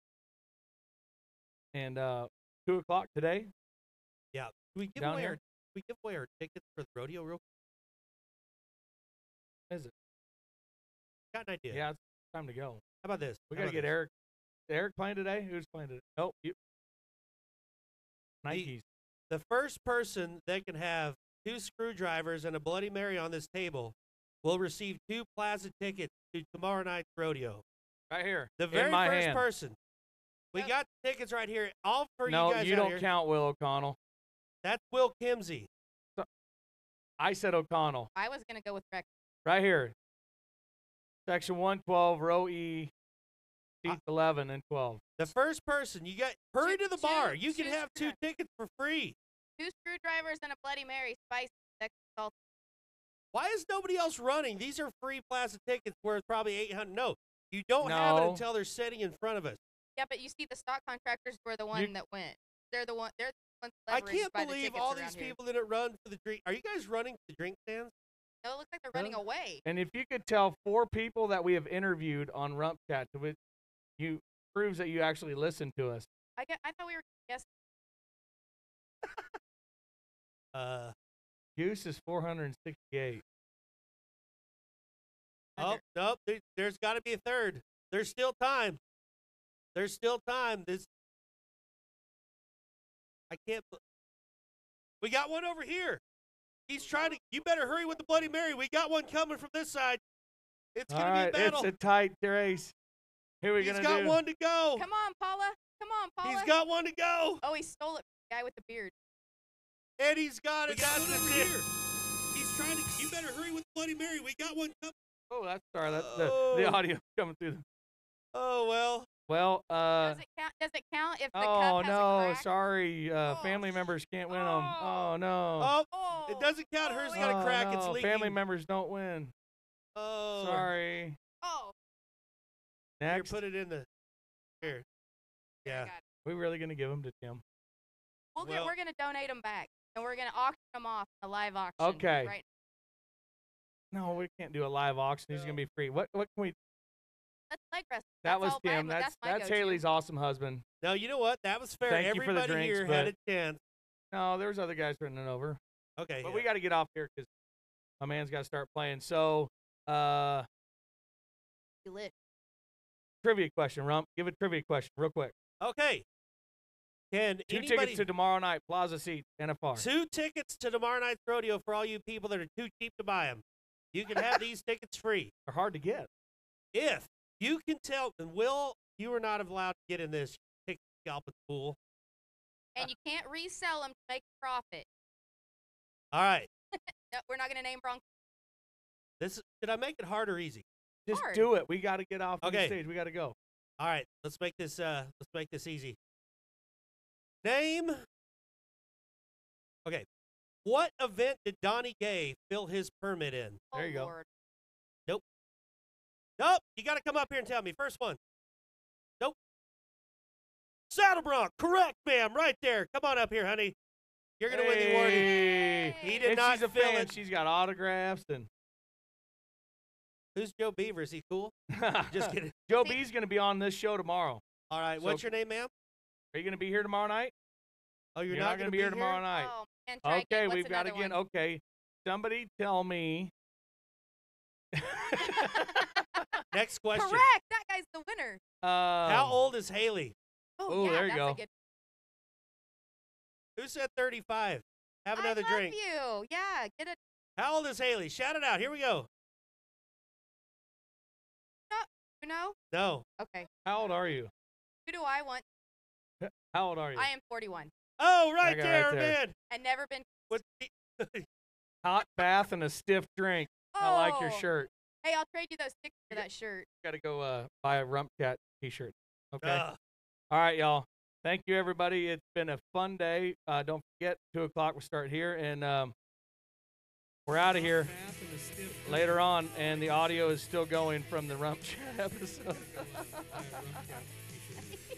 Speaker 3: and uh, two o'clock today.
Speaker 1: Can we give
Speaker 3: Down
Speaker 1: away
Speaker 3: here?
Speaker 1: our can we give away our tickets for the rodeo real quick?
Speaker 3: Is it?
Speaker 1: Got an idea.
Speaker 3: Yeah, it's time to go.
Speaker 1: How about this?
Speaker 3: We
Speaker 1: How
Speaker 3: gotta
Speaker 1: about
Speaker 3: get
Speaker 1: this?
Speaker 3: Eric. Eric playing today? Who's playing today? Nope. You. Nikes.
Speaker 1: The first person that can have two screwdrivers and a Bloody Mary on this table will receive two plaza tickets to tomorrow night's rodeo.
Speaker 3: Right here.
Speaker 1: The very
Speaker 3: in my
Speaker 1: first
Speaker 3: hand.
Speaker 1: person. We
Speaker 2: Yep.
Speaker 1: got tickets right here. All for
Speaker 3: no,
Speaker 1: you guys out
Speaker 3: don't
Speaker 1: here.
Speaker 3: count Will O'Connell.
Speaker 1: That's Will Kimsey.
Speaker 3: I said O'Connell.
Speaker 2: I was gonna go with Rex.
Speaker 3: Right here. Section 112, row E,
Speaker 1: I-
Speaker 3: seats 11 and 12.
Speaker 1: The first person you got hurry
Speaker 2: Two-
Speaker 1: to the
Speaker 2: two-
Speaker 1: bar. You can
Speaker 2: two
Speaker 1: have two
Speaker 2: screwdrivers.
Speaker 1: tickets for free.
Speaker 2: Two screwdrivers and a Bloody Mary, spicy, sexy, salt.
Speaker 1: Why is nobody else running? These are free plaza tickets worth probably 800. No, you don't have it
Speaker 3: No.
Speaker 1: until they're sitting in front of us.
Speaker 2: Yeah, but you see, the stock contractors were the one that went. They're the one. They're the ones
Speaker 1: I
Speaker 2: leveraged
Speaker 1: can't
Speaker 2: by the
Speaker 1: believe
Speaker 2: tickets
Speaker 1: all
Speaker 2: around
Speaker 1: these
Speaker 2: here.
Speaker 1: people didn't run for the drink. Are you guys running to the drink stands?
Speaker 2: No, it looks like they're running
Speaker 3: Huh?
Speaker 2: away.
Speaker 1: Eh.
Speaker 3: And if you could tell four people that we have interviewed on Rump Chat, which you proves that you actually listened to us.
Speaker 2: I, gue- I thought we were guessing.
Speaker 1: Uh,
Speaker 3: Goose is 468.
Speaker 1: oh, nope. There, there's got to be a third. There's still time. There's still time. This. I can't. bel- We got one over here. He's trying to. You better hurry with the Bloody Mary. We got one coming from this side. It's
Speaker 3: All
Speaker 1: gonna
Speaker 3: right,
Speaker 1: be a battle.
Speaker 3: it's a tight race. Who are we
Speaker 1: He's
Speaker 3: gonna
Speaker 1: got
Speaker 3: do?
Speaker 1: one to go.
Speaker 2: Come on, Paula. Come on, Paula.
Speaker 1: Oh. He's got one to go,
Speaker 2: oh, he stole it from the guy with the beard.
Speaker 1: and he's got
Speaker 4: We
Speaker 1: it.
Speaker 4: got
Speaker 1: That's
Speaker 4: one
Speaker 1: the
Speaker 4: over
Speaker 1: tip.
Speaker 4: here. He's trying to. You better hurry with Bloody Mary. We got one coming.
Speaker 3: Oh, that's sorry. That's the, the
Speaker 1: Oh.
Speaker 3: audio *laughs* coming through. the-
Speaker 1: Oh well.
Speaker 3: Well, uh,
Speaker 2: Does it count? Does it count if the
Speaker 3: oh
Speaker 2: cup has a
Speaker 3: no,
Speaker 2: crack?
Speaker 3: sorry, uh,
Speaker 2: Oh,
Speaker 3: family
Speaker 2: sh-
Speaker 3: members can't win them.
Speaker 2: oh.
Speaker 3: Oh no.
Speaker 1: Oh,
Speaker 2: Oh,
Speaker 1: it doesn't count.
Speaker 2: oh,
Speaker 1: Hers
Speaker 2: it's
Speaker 1: got
Speaker 3: Oh,
Speaker 1: a crack. It's
Speaker 3: no,
Speaker 1: leaking.
Speaker 3: Family members don't win.
Speaker 1: oh,
Speaker 3: Sorry.
Speaker 2: Oh,
Speaker 1: Here,
Speaker 3: Next,
Speaker 1: put it in the here.
Speaker 2: I
Speaker 1: Yeah.
Speaker 2: got it.
Speaker 3: we really gonna give them to Tim?
Speaker 2: We'll get,
Speaker 1: Well-
Speaker 2: we're gonna donate them back, and we're gonna auction them off in a live auction.
Speaker 3: Okay.
Speaker 2: Right.
Speaker 3: No, we can't do a live auction. He's gonna
Speaker 1: No.
Speaker 3: be free. What? What can we?
Speaker 2: That's leg wrestling.
Speaker 3: That
Speaker 2: That's
Speaker 3: was
Speaker 2: all mine
Speaker 3: Tim.
Speaker 2: was-
Speaker 3: That's
Speaker 2: my
Speaker 3: that's
Speaker 2: go-to.
Speaker 3: Haley's awesome husband.
Speaker 1: No, you know what? That was fair.
Speaker 3: Thank you for the
Speaker 1: Everybody
Speaker 3: drinks,
Speaker 1: here had
Speaker 3: but-
Speaker 1: a chance.
Speaker 3: No, there was other guys running over.
Speaker 1: Okay.
Speaker 3: But
Speaker 1: yeah.
Speaker 3: we got to get off here because my man's got to start playing. So, uh,
Speaker 2: You lit.
Speaker 3: trivia question, Rump. Give a trivia question real quick.
Speaker 1: okay. Can
Speaker 3: Two
Speaker 1: anybody
Speaker 3: tickets to tomorrow night, Plaza Seats, NFR.
Speaker 1: two tickets to tomorrow night's rodeo for all you people that are too cheap to buy them? You can
Speaker 3: *laughs*
Speaker 1: have these tickets free
Speaker 3: They're hard to get.
Speaker 1: if you can tell. And Will, you are not allowed to get in this ticket scalping pool.
Speaker 2: And you can't resell them to make a profit.
Speaker 1: All right.
Speaker 2: No, we're not gonna name Bronco.
Speaker 1: This is- should I make it hard or easy?
Speaker 3: Just
Speaker 2: Hard.
Speaker 3: do it. We got to get off of the
Speaker 1: Okay.
Speaker 3: stage. We got to go.
Speaker 1: All right, let's make this uh let's make this easy. Name Okay. What event did Donnie Gay fill his permit in?
Speaker 2: Oh,
Speaker 3: There you go.
Speaker 2: Lord.
Speaker 1: Nope, you gotta come up here and tell me. First one. Nope. Saddle Bronc, correct, ma'am, right there. Come on up here, honey. You're gonna win the award.
Speaker 3: Hey.
Speaker 1: He did
Speaker 3: And
Speaker 1: not
Speaker 3: she's a
Speaker 1: fill
Speaker 3: fan.
Speaker 1: it.
Speaker 3: She's got autographs and
Speaker 1: Who's Joe Beaver? Is he
Speaker 3: *laughs*
Speaker 1: cool? *laughs* Just kidding.
Speaker 3: Joe
Speaker 2: See-
Speaker 3: B's going to be on this show tomorrow.
Speaker 1: All right,
Speaker 3: So-
Speaker 1: what's your name, ma'am?
Speaker 3: Are you going to be here tomorrow night?
Speaker 1: Oh, you're,
Speaker 3: not, going to be, here tomorrow night.
Speaker 2: Oh, and try again.
Speaker 3: okay,
Speaker 2: What's
Speaker 3: we've got to
Speaker 2: another
Speaker 3: get
Speaker 2: one?
Speaker 3: okay. Somebody
Speaker 1: *laughs*
Speaker 3: tell me. Uh,
Speaker 1: Next question.
Speaker 2: Correct. That guy's the winner.
Speaker 1: How old is Haley?
Speaker 2: Oh,
Speaker 3: Ooh,
Speaker 2: yeah,
Speaker 3: there you
Speaker 2: that's
Speaker 3: go.
Speaker 2: A good,
Speaker 1: Who said thirty five? Have another
Speaker 2: I love
Speaker 1: drink.
Speaker 2: you. Yeah, get a
Speaker 1: How old is Haley? Shout it out. Here we go.
Speaker 2: you know.
Speaker 1: No.
Speaker 2: Okay.
Speaker 3: How old are you?
Speaker 2: Who do I want?
Speaker 3: How old are you?
Speaker 2: I am 41
Speaker 1: Oh, right
Speaker 3: Okay, right
Speaker 1: there,
Speaker 3: there.
Speaker 1: man.
Speaker 2: and never been.
Speaker 1: What the-
Speaker 3: Hot bath and a stiff drink.
Speaker 2: Oh,
Speaker 3: I like your shirt.
Speaker 2: Hey, I'll trade you those sticks for
Speaker 3: Yeah.
Speaker 2: that shirt.
Speaker 3: Got to go uh, buy a Rump Cat t-shirt. Okay.
Speaker 1: Ugh.
Speaker 3: All right, y'all. Thank you, everybody. It's been a fun day. Uh, don't forget, two o'clock we start here, and um, we're out of here
Speaker 4: Bath and a stiff
Speaker 3: later on. And the audio is still going from *laughs* the Rump Chat episode.
Speaker 4: drink.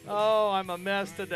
Speaker 3: Oh, I'm a mess today.